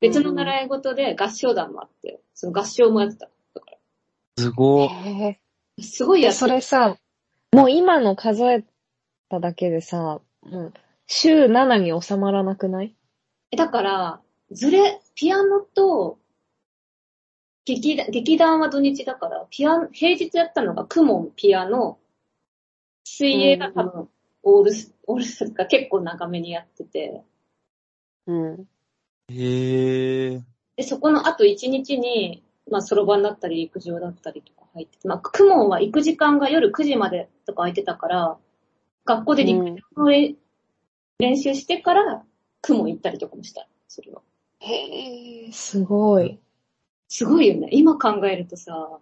Speaker 3: 別の習い事で合唱団もあって、その合唱もやってた。
Speaker 1: すごっ
Speaker 2: へ
Speaker 3: すごいや
Speaker 2: え。
Speaker 3: って
Speaker 2: それさ、もう今の数えただけでさ、もう、週7に収まらなくない
Speaker 3: えだから、ずれ、ピアノと、劇団、劇団は土日だから、ピアノ、平日やったのがクモン、ピアノ、水泳が多分、オールス、オールスターズか結構長めにやってて、
Speaker 4: うん。
Speaker 1: へえ。
Speaker 3: で、そこの後一日に、まあ、そろばんだったり、育児だったりとか入ってて、まあ、クモンは行く時間が夜9時までとか空いてたから、学校で陸
Speaker 4: うん
Speaker 3: 上をれ練習してから、クモン行ったりとかもした。それは。
Speaker 2: へえ、すごい。
Speaker 3: すごいよね。今考えるとさ、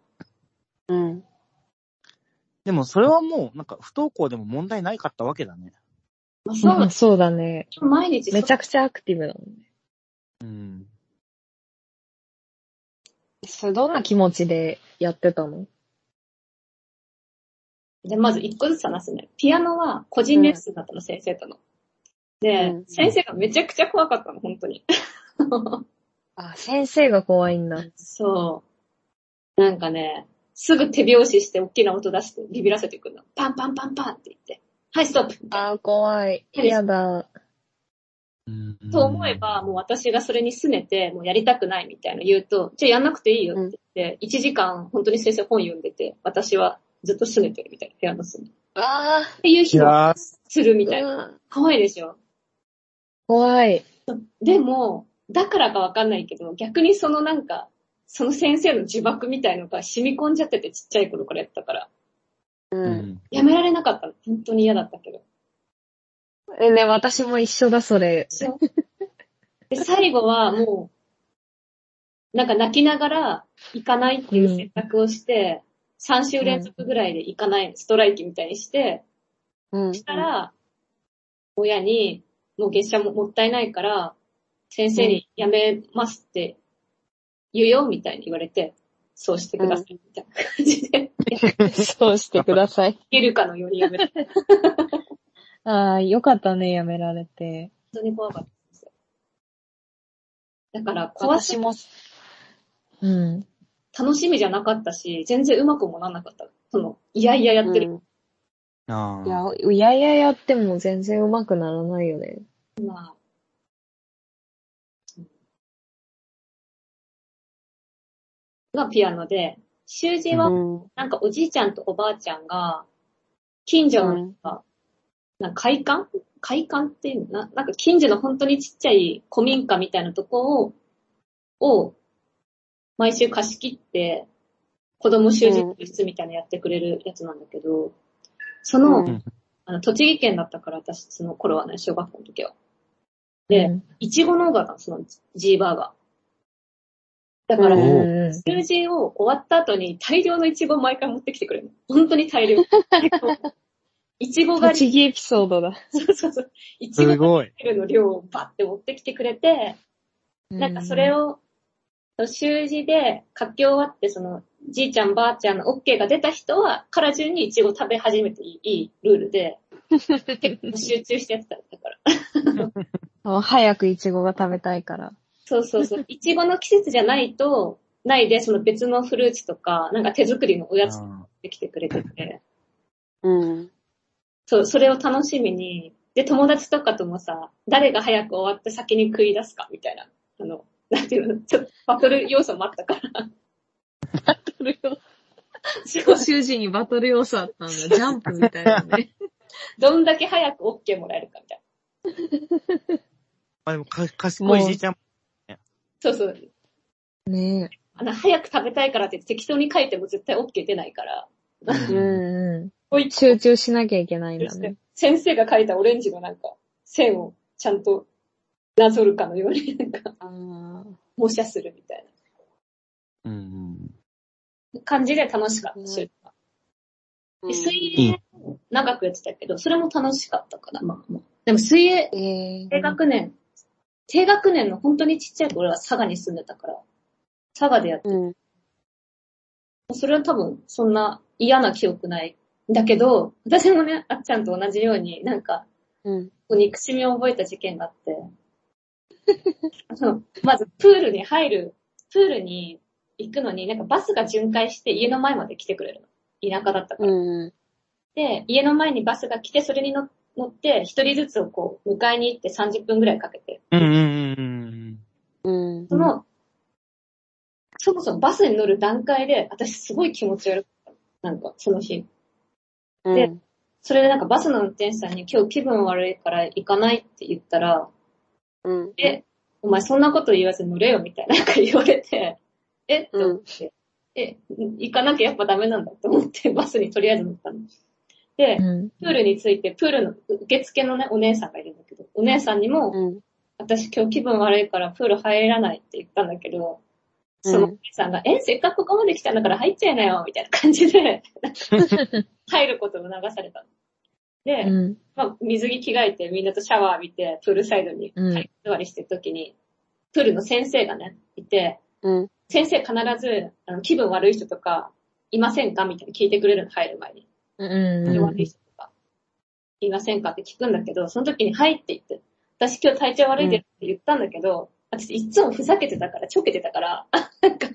Speaker 4: うん。
Speaker 1: でもそれはもう、なんか不登校でも問題ないかったわけだね。
Speaker 3: ま
Speaker 2: ま
Speaker 3: あ、そ
Speaker 2: あそうだね。
Speaker 3: う、毎日
Speaker 2: めちゃ
Speaker 3: く
Speaker 2: くちゃアクティブだもんね。
Speaker 1: うん。
Speaker 2: それどんな気持ちでやってたの
Speaker 3: で、まず一個ずつ話すね。ピアノは個人レッスンだったの、先生との。で、
Speaker 4: うん
Speaker 3: 先生がめちゃくちゃ怖かったの、本当に。
Speaker 2: あ、先生が怖いんだ。
Speaker 3: そう。なんかね、すぐ手拍子して大きな音出してビビらせてくるの。パンパンパンパンって言って。はい、ストップみたいな。
Speaker 2: あ、怖い。
Speaker 3: 嫌
Speaker 2: 嫌だ。
Speaker 3: と思えば、もう私がそれに拗ねて、もうやりたくないみたいな言うと、じゃあやんなくていいよって言って、1時間本当に先生本読んでて、私はずっと拗ねてるみたいな、ピアノする。っ
Speaker 2: あ
Speaker 3: ていう
Speaker 1: い
Speaker 3: 日は
Speaker 1: やー
Speaker 3: するみたいな。
Speaker 2: あ、
Speaker 3: 怖いでしょ
Speaker 2: 怖い。
Speaker 3: でも、だからかわかんないけど、逆にそのなんか、その先生の呪縛みたいのが染み込んじゃってて、ちっちゃい頃からやったから。
Speaker 1: う
Speaker 4: うん。
Speaker 1: ん。
Speaker 3: やめられなかったの。本当に嫌だったけど。
Speaker 2: え、ね、私も一緒だ、それ。
Speaker 3: そう。で、最後はもう、なんか泣きながら行かないっていう選択をして、3週連続ぐらいで行かない、ストライキみたいにして、
Speaker 4: うん。
Speaker 3: したら、親に、もう月謝ももったいないから、先生に辞めますって言うよ、みたいに言われて、そうしてください、みたいな感じで、
Speaker 2: [laughs] そうしてください。
Speaker 3: いけるかのように辞めた。本
Speaker 2: ああ、よかったね、やめられて。
Speaker 3: 当に怖かったですよ。だから、怖
Speaker 2: 私
Speaker 3: し
Speaker 2: も、うん。
Speaker 3: 楽しみじゃなかったし、全然うまくもなんなかった。その、いやいややってる。
Speaker 1: あ
Speaker 2: いや
Speaker 1: あ。、
Speaker 2: いやいややっても全然上手くならないよね。
Speaker 3: まあ、うんがピアノで、習字は
Speaker 4: うん。
Speaker 3: なんかおじいちゃんとおばあちゃんが、近所のなんか、なんか会館会館っていうのななんか近所の本当にちっちゃい古民家みたいなとこを、を、毎週貸し切って、子供習字教室みたいなのやってくれるやつなんだけど、その、
Speaker 4: うん
Speaker 3: あの、栃木県だったから私、その頃はね、小学校の時は。で、
Speaker 2: うん
Speaker 3: いちご農家が、その G バーガー。だから、
Speaker 4: うん
Speaker 2: うんう
Speaker 3: 数字を終わった後に大量のイチゴを毎回持ってきてくれるの。本当に大
Speaker 4: [laughs]
Speaker 3: 量。イチゴ
Speaker 2: ん。
Speaker 3: 狩り、
Speaker 2: 栃木エピソードだ。
Speaker 3: そうそうそう。イチ
Speaker 1: す
Speaker 3: ゴ
Speaker 1: ごい。
Speaker 3: 狩りの量をバッて持ってきてくれて、なんかそれ
Speaker 2: を、
Speaker 3: を、習字で書き終わって、その、じいちゃんばあちゃんの OK が出た人は、から順にイチゴ食べ始めていいいいルールで、結構集中してやってたんだから。
Speaker 2: あ早くイチゴが食べたいから。
Speaker 3: そうそう [laughs] そう。イチゴの季節じゃないと、ないで、その別のフルーツとか、なんか手作りのおやつ持っ
Speaker 1: あ
Speaker 3: てきてくれてて、
Speaker 4: うん。
Speaker 3: そう、それを楽しみに、で、友達とかともさ、誰が早く終わって先に食い出すか、みたいな。あの、なんていうの、ちょっとバトル要素もあったから。 [laughs] すごい
Speaker 2: 習字に [laughs] バトル要素あったんだ。ジャンプみたいなね。
Speaker 3: どんだけ早く OK もらえるか、みたいな。
Speaker 1: あでもか、賢いじいちゃん。
Speaker 3: そうそう。
Speaker 2: [laughs] ね
Speaker 3: あの、早く食べたいからって適当に書いても絶対 OK 出ないから。
Speaker 2: え。うんう
Speaker 3: こうい
Speaker 2: ん。集中しなきゃいけないんだね。
Speaker 3: 先生が書いたオレンジのなんか、線をちゃんとなぞるかのように、なんか、
Speaker 2: あー
Speaker 3: 模写するみたい
Speaker 1: うんうん。
Speaker 3: な感じで楽しかった。それは
Speaker 4: う
Speaker 3: で
Speaker 4: ん
Speaker 3: 水泳も長くやってたけど、それも楽しかったかな、まあまあ。でも水泳、
Speaker 2: え
Speaker 3: 低学年、低学年の本当にちっちゃい頃は佐賀に住んでたから、佐賀でやって、
Speaker 4: うん。
Speaker 3: それは多分そんな嫌な記憶ない。だけど、私もね、あっちゃんと同じように、なんか、
Speaker 4: うん。
Speaker 3: 憎しみを覚えた事件が
Speaker 4: [laughs]
Speaker 3: あって、あのまずプールに入る、プールに行くのに、なんかバスが巡回して家の前まで来てくれるの。田舎だったから。
Speaker 4: うん。
Speaker 3: で、家の前にバスが来て、それに乗乗って、一人ずつをこう、迎えに行って30分ぐらいかけて。
Speaker 1: うんうんうん
Speaker 4: うん。
Speaker 3: その、そもそもバスに乗る段階で、私すごい気持ち悪かった。なんか、その日。でそれでなんかバスの運転手さんに今日気分悪いから行かないって言ったら、
Speaker 4: うん。
Speaker 3: え、お前そんなこと言わず乗れよみたいななんか言われて、 [laughs] えって
Speaker 4: う
Speaker 3: 思
Speaker 4: ん
Speaker 3: って、え、行かなきゃやっぱダメなんだと思ってバスにとりあえず乗ったの。で
Speaker 2: ー。、うん。
Speaker 3: プールについて、プールの受付のね、お姉さんがいるんだけど、お姉さんにも、
Speaker 4: うん。
Speaker 3: 私今日気分悪いからプール入らないって言ったんだけど、そのお姉さんが、え、せっかくここまで来たんだから入っちゃいなよ、みたいな感じ [laughs] で、入ることを促されたの。で、
Speaker 2: うん。
Speaker 3: まあ、水着着替えてみんなとシャワー浴びて、プールサイドに
Speaker 2: うん。
Speaker 3: 座りしてる時に、プールの先生がね、いて、
Speaker 4: うん。
Speaker 3: 先生必ず、あの、気分悪い人とか、いませんかみたいな聞いてくれるの、入る前に。
Speaker 2: う
Speaker 3: 気分
Speaker 2: ん。
Speaker 3: 悪い人とか、いませんかって聞くんだけど、その時に、はいって言って、私今日体調悪いですって言ったんだけど、私いつもふざけてたから、ちょけてたから、 [laughs] なんか、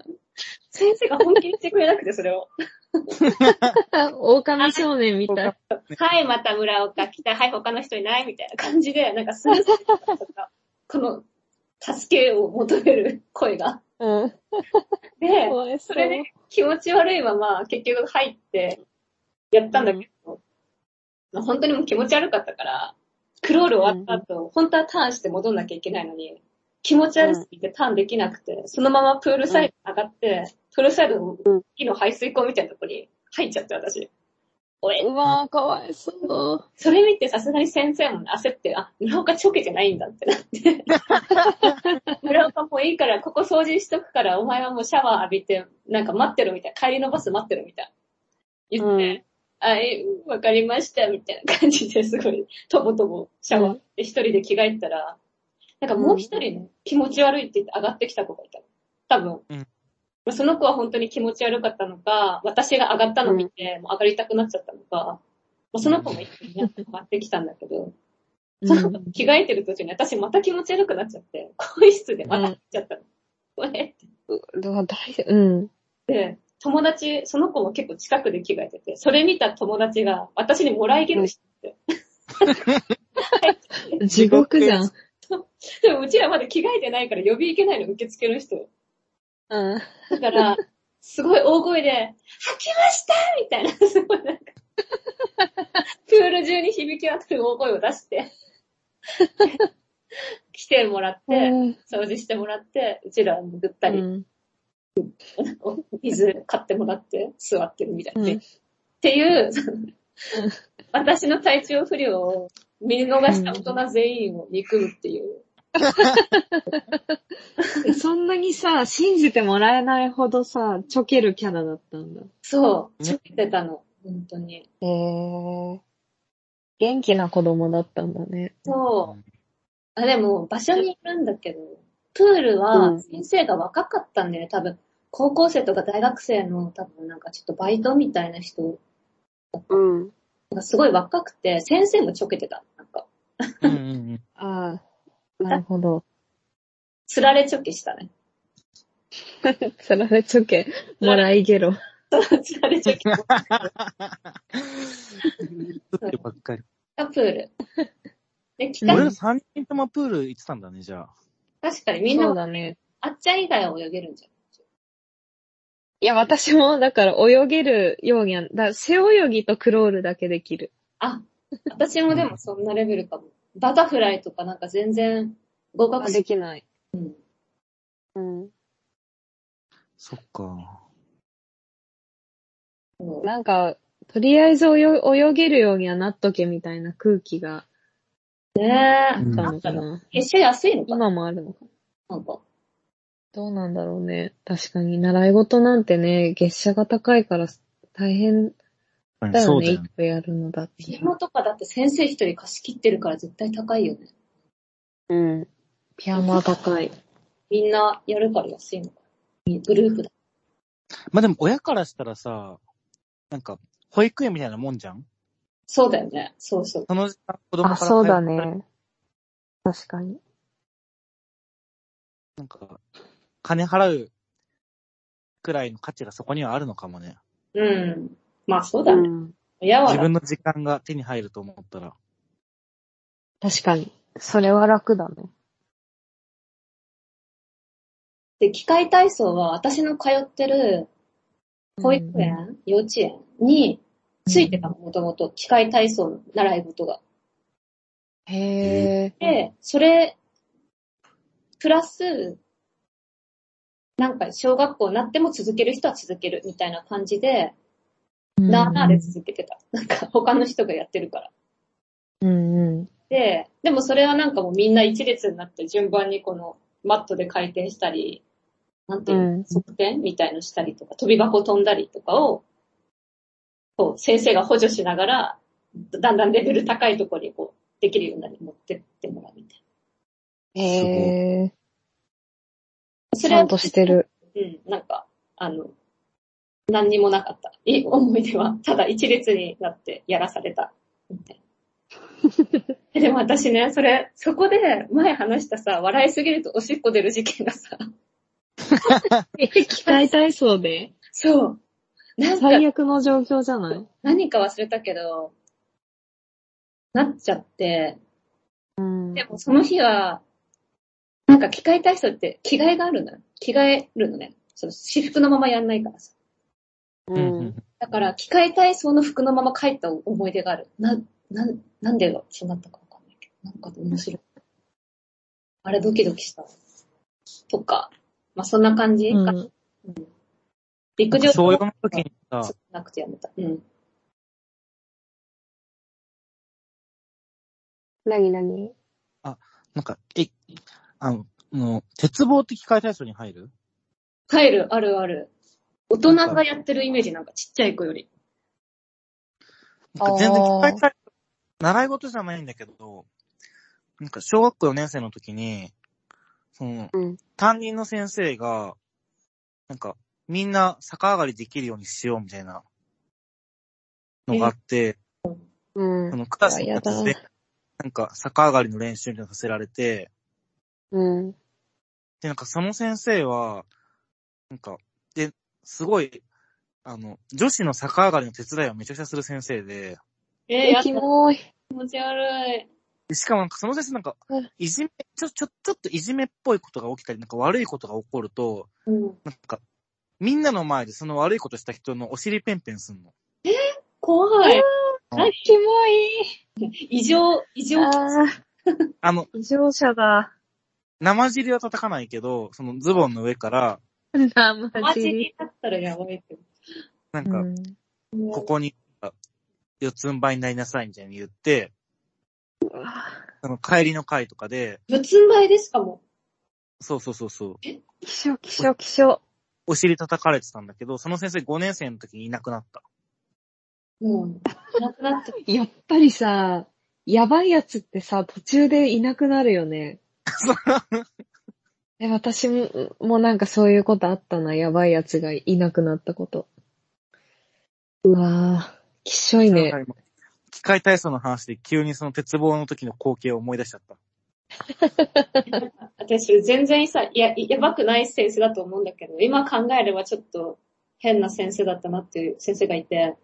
Speaker 3: 先生が本気にしてくれなくて、それを。
Speaker 2: 狼少年みたい。
Speaker 3: はい、また村岡来た。はい、他の人いないみたいな感じで、なんか
Speaker 2: [laughs]
Speaker 3: スースーとか、この、助けを求める声が。
Speaker 4: うん。
Speaker 3: で、
Speaker 4: かわいそ
Speaker 3: そうれで気持ち悪いまま、結局入って、やったんだけど、まあ本当にもう気持ち悪かったから、クロール終わった後、本当はターンして戻んなきゃいけないのに、気持ち悪すぎてターンできなくて、そのままプールサイド上がって、プールサイドの木の排水溝みたいなとこに入っちゃって、私。おえ
Speaker 4: うわー、かわいそう。
Speaker 3: それ見てさすがに先生もね焦って、あ、村岡ちょけてないんだってなって。村岡もういいから、ここ掃除しとくから、お前はもうシャワー浴びて、なんか待ってるみたい。帰りのバス待ってるみたい。言って、あ、え、わかりました、みたいな感じですごい、とぼとぼシャワーで一人で着替えたら、なんかもう一人ね、気持ち悪いって言って上がってきた子がいたの。多分。
Speaker 1: うん
Speaker 3: まあその子は本当に気持ち悪かったのか、私が上がったの見て、もう上がりたくなっちゃったのか、まあ、その子も一緒にね、上がってきたんだけど、その子着替えてる途中に私また気持ち悪くなっちゃって、更衣室でまた入っちゃったの。これ
Speaker 4: うわ、大丈夫。うん。
Speaker 3: で、友達、その子も結構近くで着替えてて、それ見た友達が私にもらいゲルしてて、
Speaker 2: 地獄じゃん。
Speaker 3: でもうちらまだ着替えてないから呼び行けないの、受付の人。
Speaker 4: うん。
Speaker 3: だから、すごい大声で、吐きましたみたいな、すごいなんか、プール中に響き渡る大声を出して、来てもらって、掃除してもらって、うちら拭ったり、
Speaker 4: うん
Speaker 3: 水買ってもらって、座ってるみたいな。
Speaker 4: うん
Speaker 3: っていう、その私の体調不良を見逃した大人全員を憎むっていう。
Speaker 2: そんなにさ、信じてもらえないほどさ、ちょけるキャラだったんだ。
Speaker 3: そう、
Speaker 1: ね
Speaker 3: ちょけてたの、本当に。
Speaker 4: へー。
Speaker 2: 元気な子供だったんだね。
Speaker 3: そう。あ、でも、場所によるんだけど、プールは
Speaker 4: うん
Speaker 3: 先生が若かったんだよね、多分。高校生とか大学生の多分なんかちょっとバイトみたいな人
Speaker 4: うん。
Speaker 3: がすごい若くて、先生もちょけてた。なんか、
Speaker 1: うんうんうん
Speaker 2: ああ、なるほど。
Speaker 3: つられちょけしたね。 [laughs]
Speaker 2: そられちょけ、もらいゲロ。
Speaker 3: つられちょけ
Speaker 1: 作ってばっかり。
Speaker 3: たプール。で、来た
Speaker 1: 俺ら3人ともプール行ってたんだね、じゃあ。
Speaker 3: 確かにみん
Speaker 2: そう
Speaker 3: な、
Speaker 2: だね。
Speaker 3: あっちゃん以外は泳げるんじ
Speaker 2: いや、私も、だから、泳げるようには、だ背泳ぎとクロールだけできる。
Speaker 3: ゃん。あ、私もでもそんなレベルかも。バタフライとかなんか全然合
Speaker 4: あ
Speaker 3: 格
Speaker 4: で
Speaker 3: し
Speaker 4: きない。
Speaker 3: うん。
Speaker 4: うん。
Speaker 1: そっか。
Speaker 3: そう
Speaker 2: なんか、とりあえず泳泳げるようにはなっとけみたいな空気が
Speaker 3: ね
Speaker 2: あ
Speaker 3: え
Speaker 2: っ。たのか
Speaker 3: う
Speaker 2: な。
Speaker 3: 月謝安いのかな
Speaker 2: 今もあるのかな。
Speaker 3: なんか。
Speaker 2: どうなんだろうね。確かに、習い事なんてね、月謝が高いから大変だ
Speaker 1: そ
Speaker 2: よ
Speaker 1: うだ
Speaker 2: ね、
Speaker 1: よね
Speaker 2: 一。個やるのだって。
Speaker 3: ピアノとかだって先生一人貸し切ってるから絶対高いよね。
Speaker 4: うん。
Speaker 2: ピアノは高い。
Speaker 3: みんなやるから安いのか。グループだ。
Speaker 1: まあでも親からしたらさ、なんか、保育園みたいなもんじゃん
Speaker 3: そうだよね。そうそう。
Speaker 1: その時間子供から
Speaker 2: あ、そうだ
Speaker 1: 通ったり。
Speaker 2: ね。確かに。
Speaker 1: なんか、金払うくらいの価値がそこにはあるのかもね。
Speaker 3: うん。まあそう
Speaker 4: う
Speaker 3: だね。
Speaker 4: ん。
Speaker 3: 親は
Speaker 1: 自分の時間が手に入ると思ったら。
Speaker 2: 確かに。それは楽だね。
Speaker 3: で、機械体操は私の通ってる保育園、幼稚園についてたの、もともと。機械体操の習い事が。
Speaker 2: へえ。
Speaker 3: で、それ、プラス、なんか小学校になっても続ける人は続けるみたいな感じで、なあなあで続けてた。なんか他の人がやってるから。
Speaker 2: うんうん。
Speaker 3: で、でもそれはなんかもうみんな一列になって順番にこのマットで回転したり、なんていうの、
Speaker 4: うん
Speaker 3: 側転みたいのしたりとか、飛び箱飛んだりとかを、こう、先生が補助しながら、だんだんレベル高いところにこう、できるようになり、持ってってもらうみたい
Speaker 4: へえ。
Speaker 3: な。そ
Speaker 4: ち
Speaker 3: れは
Speaker 4: ゃんとしてる。
Speaker 3: うん、なんか、あの、何にもなかった。いい思い出は、ただ一列になってやらされ
Speaker 2: [laughs]
Speaker 3: た。みたいなでも私ね、それ、そこで前話したさ、笑いすぎるとおしっこ出る事件がさ、
Speaker 2: え、機械体操で
Speaker 3: そう。なんか、
Speaker 2: 最悪の状況じゃない
Speaker 3: 何か忘れたけど、なっちゃって、
Speaker 4: うん。
Speaker 3: でもその日は、なんか機械体操って着替えがあるのよ。着替えるのね。その私服のままやんないからさ。
Speaker 1: う
Speaker 4: うん
Speaker 1: うん
Speaker 4: ん。
Speaker 3: だから、機械体操の服のまま帰った思い出がある。な、な、なんでそうなったかわかんないけど。なんか面白い。あれドキドキした。とか。まあ、そんな感じか
Speaker 2: う
Speaker 3: な、
Speaker 2: ん
Speaker 1: な
Speaker 3: 陸
Speaker 1: んか
Speaker 3: 上
Speaker 1: 小4の時にさ、
Speaker 3: なくてやめた。うん。
Speaker 4: なになに
Speaker 1: なんか、え、あの、の鉄棒って機械体操に入る
Speaker 3: 帰る、あるある。大人がやってるイメージなんかちっちゃい子より。
Speaker 1: なんか全然機械体操、習い事じゃないんだけど、なんか小学校4年生の時に、その、
Speaker 4: うん
Speaker 1: 担任の先生が、なんか、みんな逆上がりできるようにしようみたいなのがあって、
Speaker 4: うん
Speaker 1: そ。のクラスのやつ
Speaker 4: うわ
Speaker 1: で
Speaker 4: や、
Speaker 1: なんか逆上がりの練習みたいなのさせられて、
Speaker 4: うん。
Speaker 1: で、なんかその先生は、なんか、で、すごい、あの、女子の逆上がりの手伝いをめちゃくちゃする先生で、
Speaker 3: え
Speaker 4: え、キモい。
Speaker 3: 気持ち悪い。
Speaker 1: でしかもなんかその先生なんか
Speaker 4: うん、
Speaker 1: いじめ、ちょ、ちょ、ちょっといじめっぽいことが起きたり、なんか悪いことが起こると、
Speaker 3: うん。
Speaker 1: なんか、みんなの前でその悪いことした人のお尻ペンペンすんの。
Speaker 3: 怖い。
Speaker 1: 何
Speaker 4: キモい。
Speaker 3: 異常、異常。
Speaker 4: ああ、
Speaker 1: あの、
Speaker 4: 異常者だ。 [laughs]
Speaker 1: 生尻は叩かないけど、そのズボンの上から、
Speaker 2: な、マ
Speaker 3: マジ
Speaker 2: ジで。
Speaker 3: になったらやばいけど。
Speaker 1: なん
Speaker 4: う
Speaker 1: か、
Speaker 4: ん。
Speaker 1: ここに、あ四つん這いになりなさいみたいに言って、その帰りの会とかで、
Speaker 3: 四つん這いですかも。
Speaker 1: そうそうそうそう。
Speaker 4: 気象、気象、気象。
Speaker 1: お尻叩かれてたんだけど、その先生5年生の時にいなくなった。
Speaker 3: うん。なくなってる。
Speaker 2: やっぱりさ、やばいやつってさ、途中でいなくなるよね。
Speaker 4: え、私も、もうなんかそういうことあったな。やばいやつがいなくなったこと。うわぁ、きっしょいね。
Speaker 1: 機械体操の話で急にその鉄棒の時の光景を思い出しちゃった。
Speaker 3: 私、それ全然さ、いや、やばくない先生だと思うんだけど、今考えればちょっと変な先生だったなっていう先生がいて、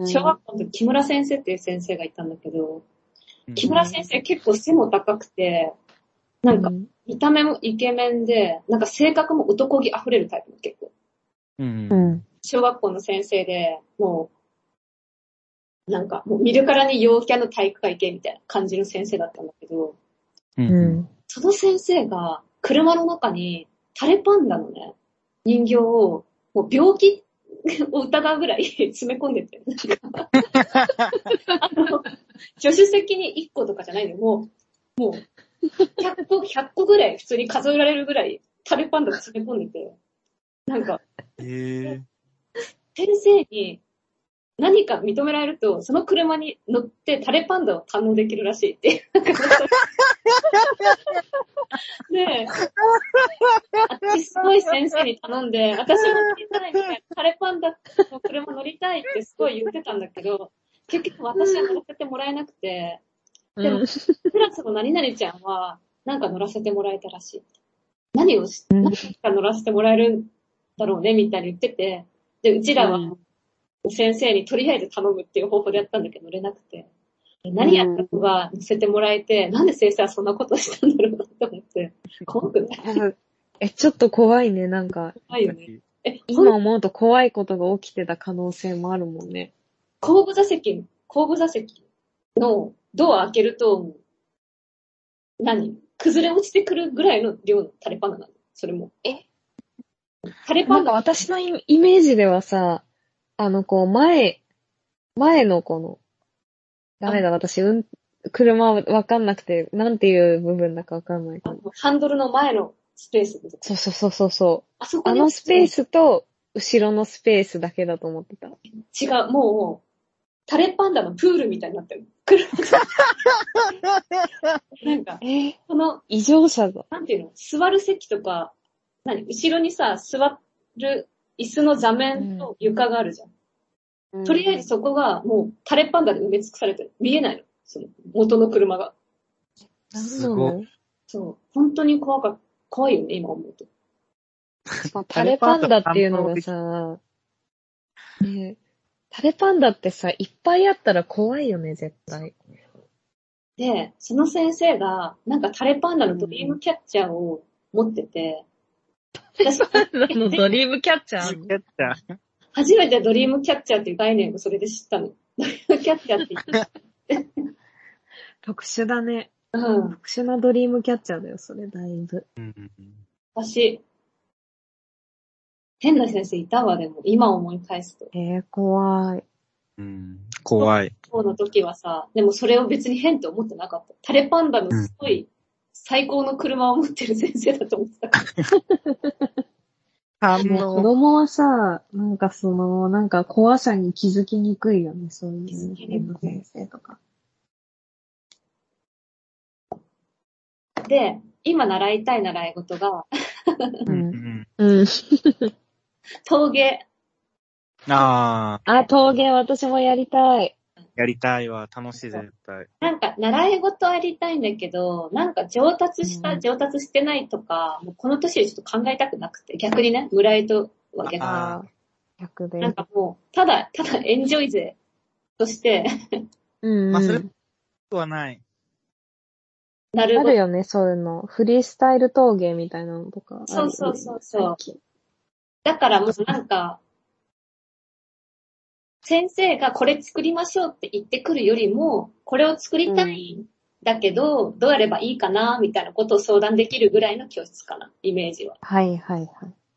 Speaker 3: 小学校の時木村先生っていう先生がいたんだけど、
Speaker 1: うん
Speaker 3: 木村先生結構背も高くて、なんか
Speaker 4: うん
Speaker 3: 見た目もイケメンで、なんか性格も男気溢れるタイプの結構。
Speaker 1: うん。
Speaker 4: うん。
Speaker 3: 小学校の先生で、もう、なんか、もう見るからに陽キャの体育会系みたいな感じの先生だったんだけど、
Speaker 1: うん
Speaker 4: う。ん。
Speaker 3: その先生が車の中にタレパンダのね、人形を、もう病気 [laughs] を疑うぐらい [laughs] 詰め込んでて、なんかあの助手席に1個とかじゃないのよ、もう、もう、100個、100個ぐらい普通に数えられるぐらいタレパンダ詰め込んでて、なんか、
Speaker 1: へえ
Speaker 3: 先生に何か認められると、その車に乗ってタレパンダを堪能できるらしいっていう。で、私すごい先生に頼んで、私も乗りたいみたいな、タレパンダの車乗りたいってすごい言ってたんだけど、結局私は乗らせてもらえなくて、でも
Speaker 2: うん
Speaker 3: クラスの何々ちゃんは、なんか乗らせてもらえたらしい。何をし、何か乗らせてもらえるんだろうね、みたいに言ってて、で、うちらは
Speaker 4: うん、
Speaker 3: 先生にとりあえず頼むっていう方法でやったんだけど、乗れなくて。何やったのか乗せてもらえて、なんで先生はそんなことしたんだろうなって思って、怖くない
Speaker 4: え、ちょっと怖いね。なんか、
Speaker 3: 怖いよね。え、
Speaker 4: 今思うと怖いことが起きてた可能性もあるもんね。
Speaker 3: 後部座席、後部座席のドア開けると、何崩れ落ちてくるぐらいの量のタレパンダなの。それも。
Speaker 4: え
Speaker 3: タレパ
Speaker 4: な
Speaker 3: ン
Speaker 4: んか
Speaker 3: ダは
Speaker 4: 私のイイメージではさ、あの、こう、前、前のこの、ダメだ、私、うん、車わかんなくて、なんていう部分だかわかんないかも。
Speaker 3: ハンドルの前のスペース
Speaker 2: そうそうそうそうそ。
Speaker 3: あそうこ
Speaker 2: あ
Speaker 3: に
Speaker 2: のスペースと、後ろのスペースだけだと思ってた。
Speaker 3: 違う、もう、タレパンダのプールみたいになっ
Speaker 2: [laughs]
Speaker 3: てる。車がなんか、
Speaker 2: えー、
Speaker 3: この、
Speaker 2: 異常者だ。
Speaker 3: なんていうの、座る席とか、何後ろにさ、座る椅子の座面と床があるじゃん。とりあえずそこがもうタレパンダで埋め尽くされてる。見えないの。その元の車が。
Speaker 2: なんなの
Speaker 1: すご
Speaker 3: そう。本当に怖かっ怖いよね、今思うと。
Speaker 2: まあ、タレパンダっていうのがさ、ねえ、タレパンダってさ、いっぱいあったら怖いよね、絶 [laughs] 対。
Speaker 3: で、その先生が、なんかタレパンダのドリームキャッチャーを持って [laughs] て、私、
Speaker 2: のドリームキャッチャ
Speaker 1: い。やった。
Speaker 3: 初めてドリームキャッチャーっていう概念をそれで知ったの。ドリームキャッチャーって言って。
Speaker 2: 特殊だね。
Speaker 3: うん。
Speaker 2: 特殊なドリームキャッチャーだよ、それ、だいぶ。
Speaker 1: うん
Speaker 3: 私、変な先生いたわ、でも、今思い返すと。
Speaker 2: えー、怖い。
Speaker 1: うん、怖い。
Speaker 3: そうの時はさ、でもそれを別に変と思ってなかった。タレパンダのすごい最高の車を持ってる先生だと思ってたから。
Speaker 1: 反
Speaker 2: ね子
Speaker 1: 応。
Speaker 2: 供はさ、なんかその、なんか怖さに気づきにくいよね、そうい
Speaker 3: 気づ
Speaker 2: う
Speaker 3: きに
Speaker 2: 変
Speaker 3: くい
Speaker 2: な先生とか。
Speaker 3: で、今習いたい習い事が、 [laughs]
Speaker 1: う
Speaker 2: うんん
Speaker 1: うん
Speaker 2: うん。
Speaker 3: 陶芸。
Speaker 1: ああ、
Speaker 2: あ、陶芸私もやりたい。
Speaker 1: やりたいわ。楽しい、絶対。
Speaker 3: なんか、習い事ありたいんだけど、なんか上達した、
Speaker 2: うん
Speaker 3: 上達してないとか、もうこの年でちょっと考えたくなくて、逆にね、村井と
Speaker 1: あ
Speaker 3: は逆に。
Speaker 1: ー
Speaker 2: ああ、逆で。
Speaker 3: なんかもう、ただ、ただエンジョイ勢として、
Speaker 2: うん、うん。
Speaker 1: まあそれはない。
Speaker 3: なる
Speaker 2: あ
Speaker 3: ご
Speaker 2: るよね、そういうの。フリースタイル陶芸みたいなのとかあるよね。
Speaker 3: そうそうそうそう
Speaker 2: 最近。
Speaker 3: だからもうなんか、先生がこれ作りましょうって言ってくるよりも、これを作りたいんだけど、どうやればいいかな、みたいなことを相談できるぐらいの教室かな、イメージは。
Speaker 2: はいはいはい。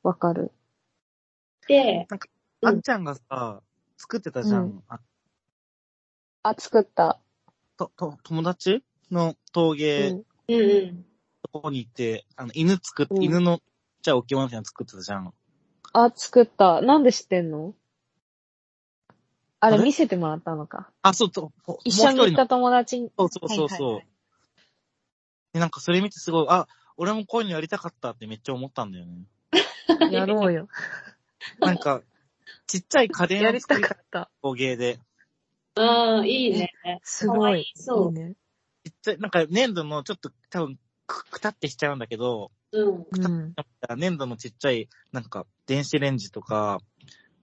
Speaker 2: わかる。
Speaker 3: で、うん
Speaker 1: あっちゃんがさ、作ってたじゃ。
Speaker 2: うん
Speaker 1: あ
Speaker 2: あ、作った。
Speaker 1: と、と、友達の陶芸
Speaker 2: うん
Speaker 1: の
Speaker 3: うんうん。
Speaker 1: とこに行って、あの、犬作って、
Speaker 2: うん
Speaker 1: 犬の、じゃあ置物みたいなの作ってたじゃん。
Speaker 2: あ、作った。なんで知ってんのあ
Speaker 1: あ
Speaker 2: れ
Speaker 1: れ
Speaker 2: 見せてもらったのか。
Speaker 1: あ、そう、と、ともう
Speaker 2: 一緒に行
Speaker 1: 一
Speaker 2: っ
Speaker 1: 人
Speaker 2: た
Speaker 1: の。
Speaker 2: 友達に。
Speaker 1: そうそうそう
Speaker 2: はい
Speaker 1: そ
Speaker 2: は
Speaker 1: う
Speaker 2: い。
Speaker 1: でなんかそれ見てすごい、あ、俺もこういうのやりたかったってめっちゃ思ったんだよ
Speaker 2: [laughs]
Speaker 1: ね。
Speaker 2: はいやろうよ。
Speaker 1: なんか、ちっちゃい家電
Speaker 2: や
Speaker 1: を
Speaker 2: り
Speaker 1: 作
Speaker 2: た
Speaker 1: りた
Speaker 2: か
Speaker 1: い
Speaker 2: った。
Speaker 1: 陶芸で。
Speaker 3: うん、いいね。
Speaker 2: すご
Speaker 3: かわ
Speaker 2: い。
Speaker 3: いそ
Speaker 2: い
Speaker 3: う
Speaker 2: いね。
Speaker 1: ちっちゃい、なんか粘土のちょっと多分く、くたってしちゃうんだけど、
Speaker 3: うん。
Speaker 2: うん。
Speaker 1: 粘土のちっちゃい、なんか、電子レンジとか、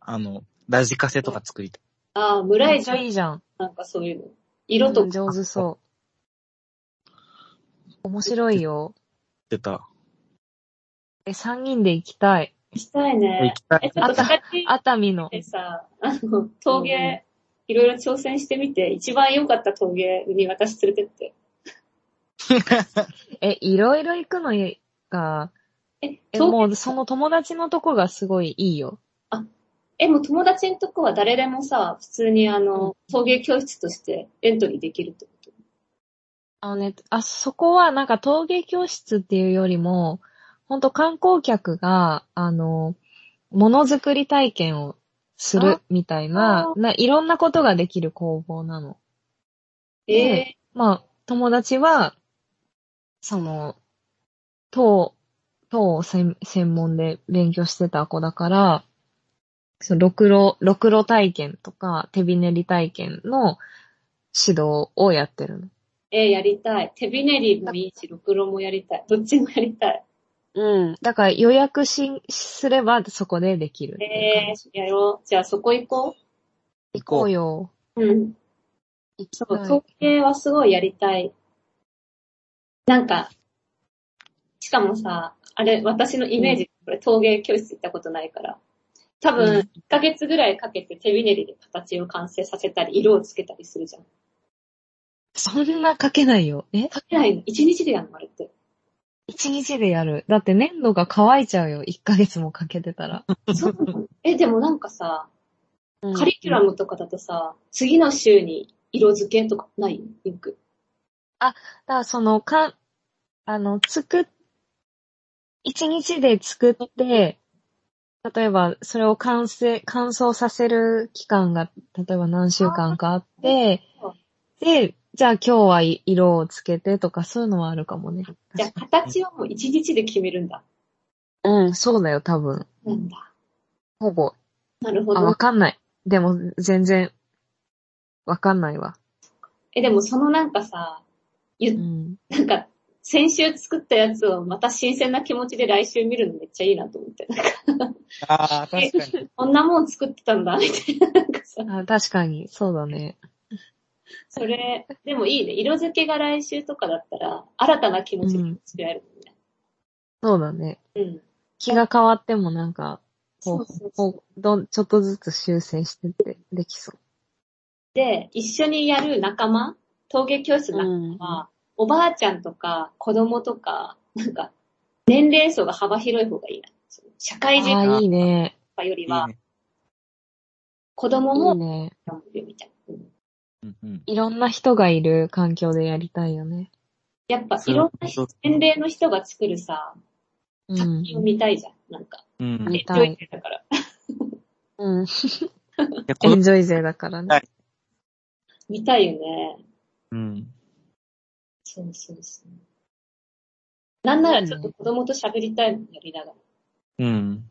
Speaker 1: あの、ラジカセとか作りたい。
Speaker 3: ああ、村
Speaker 2: め
Speaker 3: 井
Speaker 2: っち
Speaker 3: じ
Speaker 2: ゃ
Speaker 3: ゃ
Speaker 2: いいじゃん。
Speaker 3: なんかそういうの。色と
Speaker 2: うん上手そう。面白いよ。
Speaker 1: ってた。
Speaker 2: え、三人で行きたい。
Speaker 3: したいね
Speaker 1: 行。きた
Speaker 3: え、
Speaker 1: い。
Speaker 3: ちょっと二人
Speaker 2: 熱海の。
Speaker 3: でさ、あの、陶
Speaker 2: うんうん
Speaker 3: 芸、いろいろ挑戦してみて、一番良かった陶芸に私連れてって。
Speaker 2: え、いろいろ行くのが、
Speaker 3: え、
Speaker 2: え、
Speaker 3: 陶芸
Speaker 2: もうその友達のとこがすごいいいよ。
Speaker 3: え、もう友達のとこは誰でもさ、普通にあの、陶芸教室としてエントリーできるってこと。
Speaker 2: あのね、あそこはなんか陶芸教室っていうよりも、ほんと観光客が、あの、ものづくり体験をするみたいな、な、いろんなことができる工房なの。
Speaker 3: ええ
Speaker 2: まあ、友達は、その、塔、塔を専専門で勉強してた子だから、その、ろくろ、ろくろ体験とか、手びねり体験の指導をやってるの。
Speaker 3: ええやりたい。手びねりもいいし、ろくろもやりたい。どっちもやりたい。
Speaker 2: うん。だから予約し、すればそこでできるって
Speaker 3: え
Speaker 2: いう
Speaker 3: え
Speaker 2: 感じ。
Speaker 3: やろう。じゃあそこ行こ
Speaker 2: 行こうよ。
Speaker 3: う。うん。
Speaker 2: 行き
Speaker 3: そう、
Speaker 2: たい
Speaker 3: 陶。芸はすごいやりたい。なんか、しかもさ、あれ、私のイメージ、これ陶芸教室行ったことないから。多
Speaker 2: う
Speaker 3: 分、
Speaker 2: ん
Speaker 3: 1ヶ月ぐらいかけて手びねりで形を完成させたり、色をつけたりするじゃん。
Speaker 2: そんな書けないよ。え
Speaker 3: かけないの。1日でやんの、あれって。
Speaker 2: 一日でやる。だって粘土が乾いちゃうよ。一ヶ月もかけてたら。
Speaker 3: そうなのえ、でもなんかさ、
Speaker 2: うん
Speaker 3: カリキュラムとかだとさ、次の週に色付けとかないインク。
Speaker 2: だからその、か、あの、作っ一日で作って、例えばそれを完成、乾燥させる期間が、例えば何週間かあって
Speaker 3: あ、
Speaker 2: で、じゃあ今日はい色をつけてとかそういうのはあるかもね。
Speaker 3: じゃあ、形をもう一日で決めるんだ。
Speaker 2: うん、そうだよ、多分。
Speaker 3: なんだ。
Speaker 2: ほぼ。
Speaker 3: なるほ
Speaker 2: あ、わ
Speaker 3: ど。
Speaker 2: かんない。でも、全然、わかんないわ。
Speaker 3: え、でもそのなんか
Speaker 2: う
Speaker 3: さ、ゆ
Speaker 2: ん。
Speaker 3: なんか、先週作ったやつをまた新鮮な気持ちで来週見るのめっちゃいいなと思って。なんか
Speaker 1: ああ、確か
Speaker 3: [laughs]
Speaker 1: に。
Speaker 3: こんなもん作ってたんだ、みたいな。なんかさ、
Speaker 2: あ確かに、そうだね。
Speaker 3: それ、でもいいね。色付けが来週とかだったら、新たな気持ちに付き合えるもんね。
Speaker 2: そうだね。
Speaker 3: うん。
Speaker 2: 気が変わってもなんか、
Speaker 3: そ
Speaker 2: こ
Speaker 3: う
Speaker 2: う
Speaker 3: そうそう。
Speaker 2: こうどん、ちょっとずつ修正してって、できそ
Speaker 3: で、一緒にやる仲間、陶芸教室
Speaker 2: う。
Speaker 3: の仲
Speaker 2: ん
Speaker 3: 間は、おばあちゃんとか子供とか、なんか、年齢層が幅広い方がいいな。その社会人
Speaker 2: あ
Speaker 1: な
Speaker 2: あ、いいね。
Speaker 3: とかより
Speaker 1: いい
Speaker 3: は、
Speaker 1: ね。
Speaker 3: 子供
Speaker 2: いい
Speaker 3: も
Speaker 2: ね。
Speaker 3: 頑張るみたいな。うん
Speaker 1: うんうん。
Speaker 2: いろんな人がいる環境でやりたいよね。
Speaker 3: やっぱ
Speaker 1: そ
Speaker 3: いうろんな
Speaker 1: そう
Speaker 3: 年齢の人が作るさ、
Speaker 2: う
Speaker 3: 作
Speaker 2: ん。
Speaker 3: 品を見たいじゃん。なんか、
Speaker 1: うん。い
Speaker 2: 見たい
Speaker 3: エンジョイだから。
Speaker 2: うん。
Speaker 1: や、子
Speaker 2: エ
Speaker 1: 供
Speaker 2: ンジョイ勢だからね。
Speaker 3: 見たいよね。
Speaker 1: うん。
Speaker 3: そうそうそう。なんならちょっと子供と喋りたいもんやりながら。
Speaker 1: うん。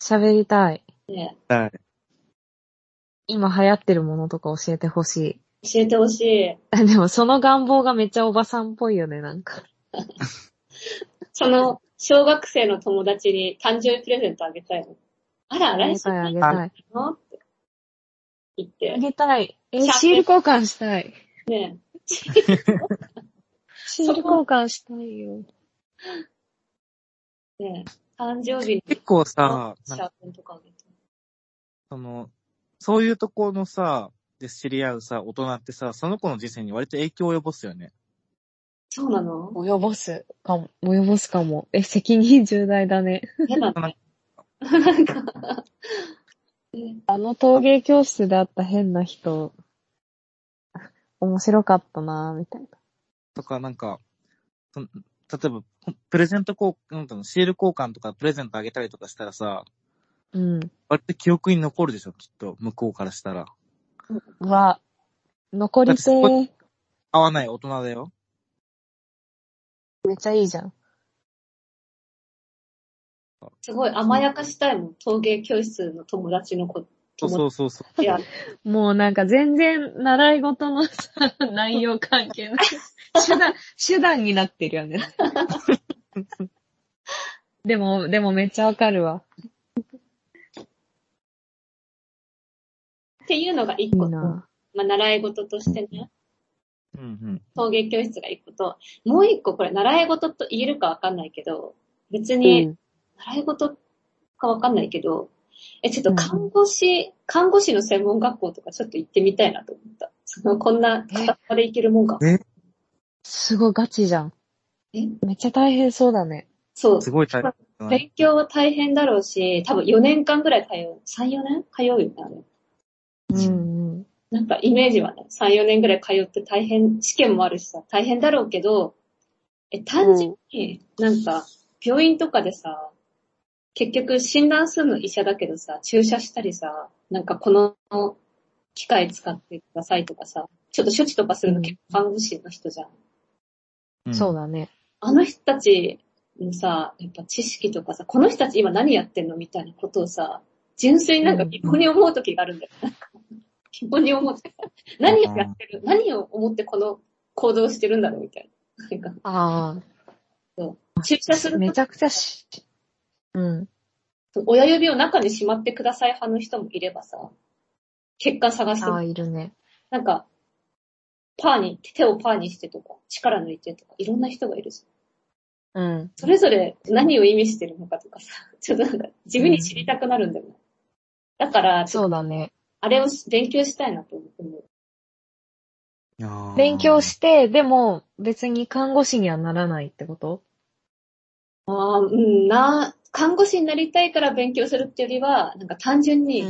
Speaker 2: 喋りたい。
Speaker 3: ね
Speaker 1: はい。
Speaker 2: 今流行ってるものとか教えてほし
Speaker 3: 教えてほしい。
Speaker 2: い。 [laughs] でもその願望がめっちゃおばさんっぽいよね、なんか。
Speaker 3: その、小学生の友達に誕生日プレゼントあげたいの。あら、
Speaker 2: あげ
Speaker 3: 来週
Speaker 2: たい、あ
Speaker 3: な
Speaker 2: げたい。
Speaker 3: のって言っ
Speaker 2: あ
Speaker 3: て。
Speaker 2: げたい。え、
Speaker 3: シャーペン
Speaker 2: シール交換したい。
Speaker 3: ね
Speaker 2: シール交換したいよ。
Speaker 3: え、ねえ、誕生日に
Speaker 1: 結構
Speaker 3: シ
Speaker 1: さ、なん
Speaker 3: ャ
Speaker 1: か
Speaker 3: ーペンとかあげて。
Speaker 1: その、そういうところのさ、で知り合うさ、大人ってさ、その子の人生に割と影響を及ぼすよね。
Speaker 3: そうなの
Speaker 2: 及ぼすかも。及ぼすかも。え、責任重大だね。
Speaker 3: 嫌だね。
Speaker 2: あの陶芸教室で会った変な人、面白かったなぁみたいな。
Speaker 1: とか、なんか、その例えば、ほんプレゼント交換、なんていうのシール交換とかプレゼントあげたりとかしたらさ、
Speaker 2: うん。
Speaker 1: 割と記憶に残るでしょ、きっと、向こうからしたら。
Speaker 2: うわ、残りて
Speaker 1: だっ
Speaker 2: ー
Speaker 1: 合わない大人だよ。
Speaker 2: めっちゃいいじゃん。
Speaker 3: すごい甘やかしたいもん。陶芸教室の友達の子。
Speaker 1: そうそうそうそう。
Speaker 3: いや、
Speaker 2: もうなんか全然習い事のさ、内容関係ない。手段、手段になってるよね。でも、でもめっちゃわかるわ。
Speaker 3: っていうのが一
Speaker 2: いい
Speaker 3: 個と、
Speaker 2: な
Speaker 3: まあ、習い事としてね、
Speaker 1: うんうん。
Speaker 3: 陶芸教室が一個と、もう一個これ習い事と言えるかわかんないけど、別
Speaker 2: ぁ
Speaker 3: に、習い事かわかんないけど、え、ちょっと看護師、看護師の専門学校とかちょっと行ってみたいなと思った。その、こんな片っ端で行けるもんか。
Speaker 2: すごいガチじゃん。
Speaker 3: え
Speaker 2: めっちゃ大変そうだね。
Speaker 3: そう
Speaker 1: す。ごい大変だな。
Speaker 3: 勉強は大変だろうし、多分4年間ぐらい通う。3、4年通うよね、あれ。
Speaker 2: うんうん。
Speaker 3: なんかイメージはね、3、4年ぐらい通って大変、試験もあるしさ、大変だろうけど、え、単純に、なんか、病院とかでさ、結局診断するの医者だけどさ、注射したりさ、なんかこの機械使ってくださいとかさ、ちょっと処置とかするの結構看護師の人じゃん。
Speaker 1: うん
Speaker 2: そうだね。
Speaker 3: あの人たちのさ、やっぱ知識とかさ、この人たち今何やってんのみたいなことをさ、純粋になんか疑問に思う時があるんだよ。 [laughs] なんか疑問に思ってさ、何をやってる、何を思ってこの行動をしてるんだろうみたいな。なんか、
Speaker 2: あ
Speaker 3: 注射す
Speaker 2: あ。
Speaker 3: る
Speaker 2: め
Speaker 3: と
Speaker 2: ちゃくちゃし、うん。
Speaker 3: 親指を中にしまってください派の人もいればさ、血管探して
Speaker 2: ああ、、いるね。
Speaker 3: なんか、パーに、手をパーにしてとか、力抜いてとか、いろんな人がいるじゃん。
Speaker 2: うん。
Speaker 3: それぞれ何を意味してるのかとかさ、 [laughs] ちょっとなんか自分に知りたくなるんだよね。だから、ちょっと
Speaker 2: そうだね。
Speaker 3: あれをし勉強したいなと思っても、
Speaker 1: いやー
Speaker 2: 勉強して、でも別に看護師にはならないってこと
Speaker 3: ああ、うん、な、看護師になりたいから勉強するってよりは、なんか単純
Speaker 2: う
Speaker 3: に。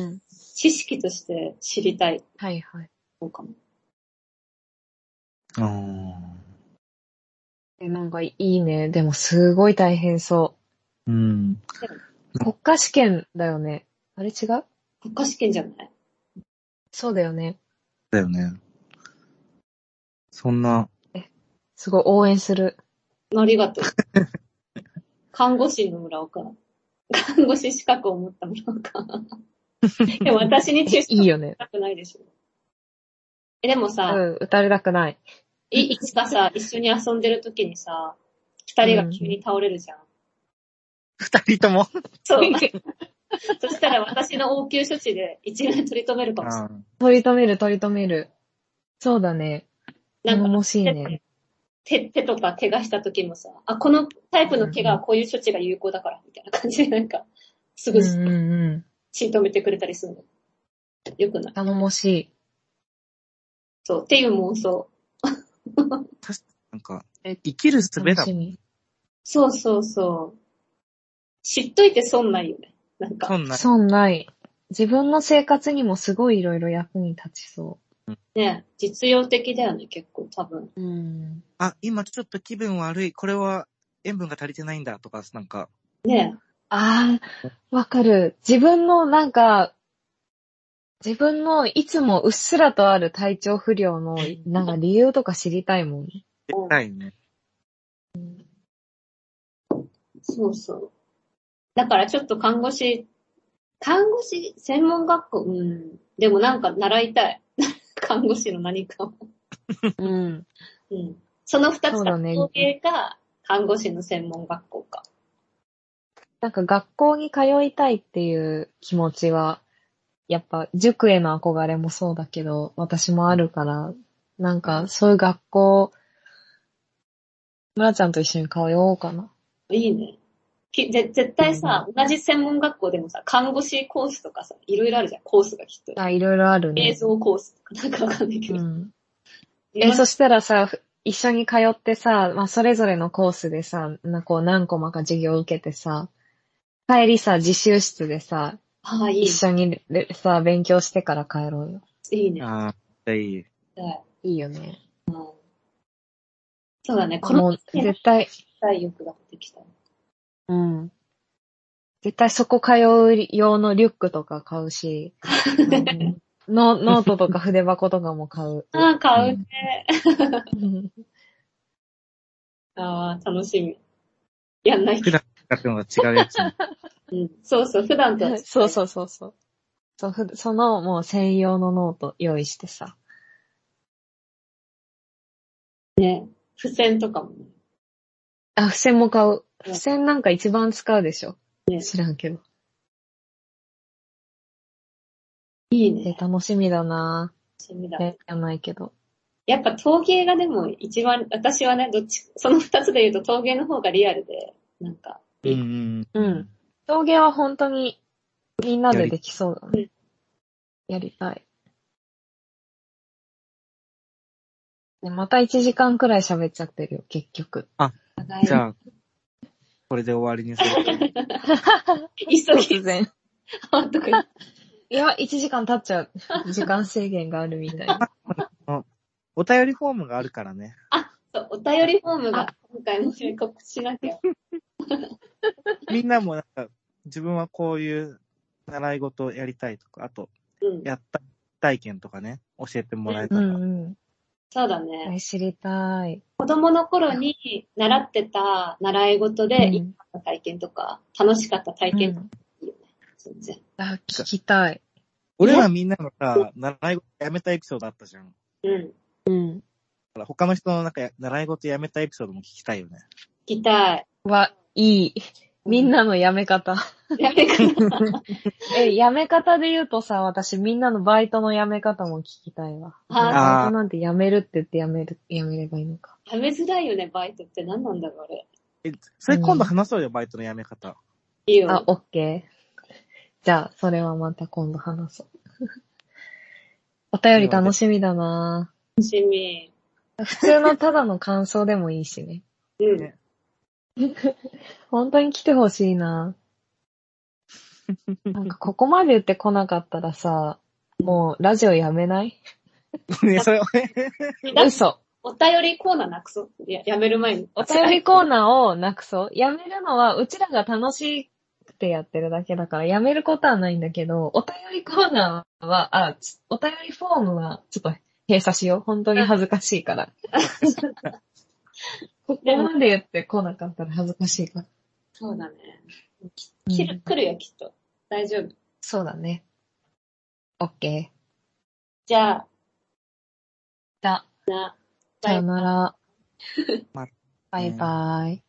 Speaker 3: 知識として知りたい
Speaker 2: はいはい。
Speaker 3: のかも。
Speaker 1: うーん。
Speaker 2: え、なんかいいね。でもすごい大変そ
Speaker 1: うん。
Speaker 2: 国家試験だよね。あれ違う
Speaker 3: 国家試験じゃない
Speaker 2: そうだよね。
Speaker 1: だよね。そんな、
Speaker 2: すごい応援する。
Speaker 3: ありがとう。
Speaker 2: [laughs]
Speaker 3: 看護師の村岡。看護師資格を持った村
Speaker 2: [laughs]
Speaker 3: 岡。でも私に
Speaker 2: え
Speaker 3: 注
Speaker 2: い
Speaker 3: 射
Speaker 2: いよね。
Speaker 3: なくないでしょ。えでも
Speaker 2: う
Speaker 3: さ、
Speaker 2: ん、打たれたくない。
Speaker 3: いいつかさ、一緒に遊んでる時にさ、二人が急に倒れるじゃん。
Speaker 1: 二人とも。
Speaker 3: そう。 [laughs] そしたら私の応急処置で一概取り留めるかもしれ
Speaker 1: うん
Speaker 2: 取り留める、取り留める。そうだね。
Speaker 3: ない。なん
Speaker 2: 頼
Speaker 3: か
Speaker 2: もしいね。
Speaker 3: 手、手とか怪我した時もさ、あ、このタイプの怪我はこういう処置が有効だから、みたいな感じでなんか、す
Speaker 2: うん
Speaker 3: ぐ
Speaker 2: うんうん。
Speaker 3: 血止めてくれたりするの。よくない
Speaker 2: 頼もしい。
Speaker 3: そう。っていう妄想。
Speaker 1: なんか、生きる術
Speaker 2: 楽
Speaker 1: だ
Speaker 2: し
Speaker 1: もん。
Speaker 2: み。
Speaker 3: そうそうそう。知っといて損ないよね。なん
Speaker 1: そ
Speaker 3: か、
Speaker 1: んな。
Speaker 2: 損ない。自分の生活にもすごいいろいろ役に立ちそ
Speaker 3: ね、実用的だよね、結構多分。
Speaker 2: う。うん。
Speaker 1: あ、今ちょっと気分悪い。これは塩分が足りてないんだとか、なんか、
Speaker 3: ね、
Speaker 2: ああ、わかる。自分のなんか、自分のいつもうっすらとある体調不良の、なんか理由とか知りたいもん。
Speaker 1: 絶対ね。
Speaker 3: そうそう。だからちょっと看護師、看護師専門学校、うん。でもなんか習いたい。 [laughs] 看護師の何かを。
Speaker 2: うん。
Speaker 3: うん。その二つ
Speaker 2: そう
Speaker 3: か、
Speaker 2: だね
Speaker 3: 工芸か、看護師の専門学校か。
Speaker 2: なんか学校に通いたいっていう気持ちは、やっぱ塾への憧れもそうだけど、私もあるから、なんかそういう学校、村ちゃんと一緒に通おうかな。
Speaker 3: いいね。きぜ絶対さ、同じ専門学校でもさ、看護師コースとかさ、いろいろあるじゃん、コースがきっと。
Speaker 2: あ、いろいろあるね。
Speaker 3: 映像コースとか、なんかわかんないけど
Speaker 2: う。ん。
Speaker 3: いろん
Speaker 2: え、
Speaker 3: な
Speaker 2: そしたらさ、ふ一緒に通ってさ、まあ、それぞれのコースでさ、なこう何コマか授業を受けてさ、帰りさ、自習室でさ、
Speaker 3: ああ、いい
Speaker 2: 一
Speaker 3: ね。
Speaker 2: 緒にれさ、勉強してから帰ろうよ。
Speaker 3: いいね。
Speaker 1: ああ、いい。
Speaker 3: はい
Speaker 2: いいよね。
Speaker 3: そうだね、こ
Speaker 2: も
Speaker 3: の
Speaker 2: う、絶対、
Speaker 3: 体欲が出てきた。
Speaker 2: うん。絶対そこ通う用のリュックとか買う [laughs] し、うんのノートとか筆箱とかも買う。
Speaker 3: ああ、買うね。
Speaker 2: うん
Speaker 3: [laughs] ああ、楽しみ。やんないけ
Speaker 1: 普
Speaker 3: ど。
Speaker 1: 段使ってのが違う
Speaker 2: [laughs]
Speaker 1: やつ。
Speaker 3: うん、そうそう、普段とは違
Speaker 2: [laughs] そうそうそうそう。そうふその、もう専用のノート用意してさ。
Speaker 3: 付箋とかもね。
Speaker 2: あ、付箋も買う。
Speaker 3: うん
Speaker 2: 付箋なんか一番使うでしょ。
Speaker 3: ね
Speaker 2: 知らんけど。
Speaker 3: いい
Speaker 2: え、
Speaker 3: ね。
Speaker 2: 楽しみだな
Speaker 3: 趣味だ。
Speaker 2: ぁ。えやんないけど。
Speaker 3: やっぱ陶芸がでも一番、私はね、どっち、その二つで言うと陶芸の方がリアルで、なんか、
Speaker 1: うんうん。
Speaker 2: うん。陶芸は本当にみんなでできそうだね。やりたい。で、また1時間くらい喋っちゃってるよ、結局。
Speaker 3: 互い
Speaker 1: じゃあ、これで終わりにする。
Speaker 3: 急ぎ、
Speaker 2: 突然。
Speaker 3: 本当か。
Speaker 2: [laughs] いや、1時間経っちゃう。時間制限があるみたい。
Speaker 1: お便りフォームがあるからね。
Speaker 3: そう、お便りフォームが今回も宣告しなきゃ。
Speaker 1: みんなもなんか、自分はこういう習い事をやりたいとか、あと、
Speaker 3: うん。
Speaker 1: やった体験とかね、教えてもらえた
Speaker 2: [laughs] う
Speaker 1: ら。
Speaker 2: ん
Speaker 3: そうだね。
Speaker 2: うん。え知りたい。
Speaker 3: 子供の頃に習ってた習い事で、
Speaker 2: うん
Speaker 3: 今の体験とか、楽しかった体験と
Speaker 2: う
Speaker 3: か
Speaker 2: ん
Speaker 3: いいよね。全然。
Speaker 2: あ、聞きたい。
Speaker 1: 俺らみんなのさ、習い事やめたエピソードあったじゃん。だ
Speaker 3: うん。
Speaker 2: うん。
Speaker 1: から他の人のなんかや、習い事やめたエピソードも聞きたいよね。
Speaker 3: 聞きたい。
Speaker 2: は、いい。みんなのやめ方。
Speaker 3: やめか
Speaker 2: え、やめ方で言うとさ、私みんなのバイトのやめ方も聞きたいわ。
Speaker 3: あ
Speaker 1: ー
Speaker 2: バイトなんてやめるって言ってやめる、やめればいいのか。
Speaker 3: やめづらいよね、バイトって。何なんだろう、あれ。
Speaker 1: え、それ今度話そうよ、バイトのやめ [laughs] 方。
Speaker 3: いいよ。
Speaker 2: あ、オッケー。じゃあ、それはまた今度話そう。お便り楽しみだな
Speaker 3: 楽しみ。
Speaker 2: 普通のただの感想でもいいしね。
Speaker 3: うん
Speaker 1: ね。
Speaker 2: 本当に来てほしいななんかここまで言ってこなかったらさ、もうラジオやめない
Speaker 1: ね、それ、
Speaker 3: だ
Speaker 2: 嘘。
Speaker 3: お便りコーナーなくそう。いや、やめる前に。お
Speaker 2: お便りコーナーをなくそう。やめるのは、うちらが楽しくてやってるだけだから、やめることはないんだけど、お便りコーナーは、あ、つお便りフォームは、ちょっと閉鎖しよう。本当に恥ずかしいから。ここまで言って来なかったら恥ずかしいから。
Speaker 3: そうだね。
Speaker 2: うん
Speaker 3: 来る、来るよ、きっと。大丈夫。
Speaker 2: そうだね。オッケー。
Speaker 3: じゃあ、
Speaker 2: だ。
Speaker 3: な、
Speaker 2: [laughs] さよなら。
Speaker 5: ま
Speaker 2: バイバイ。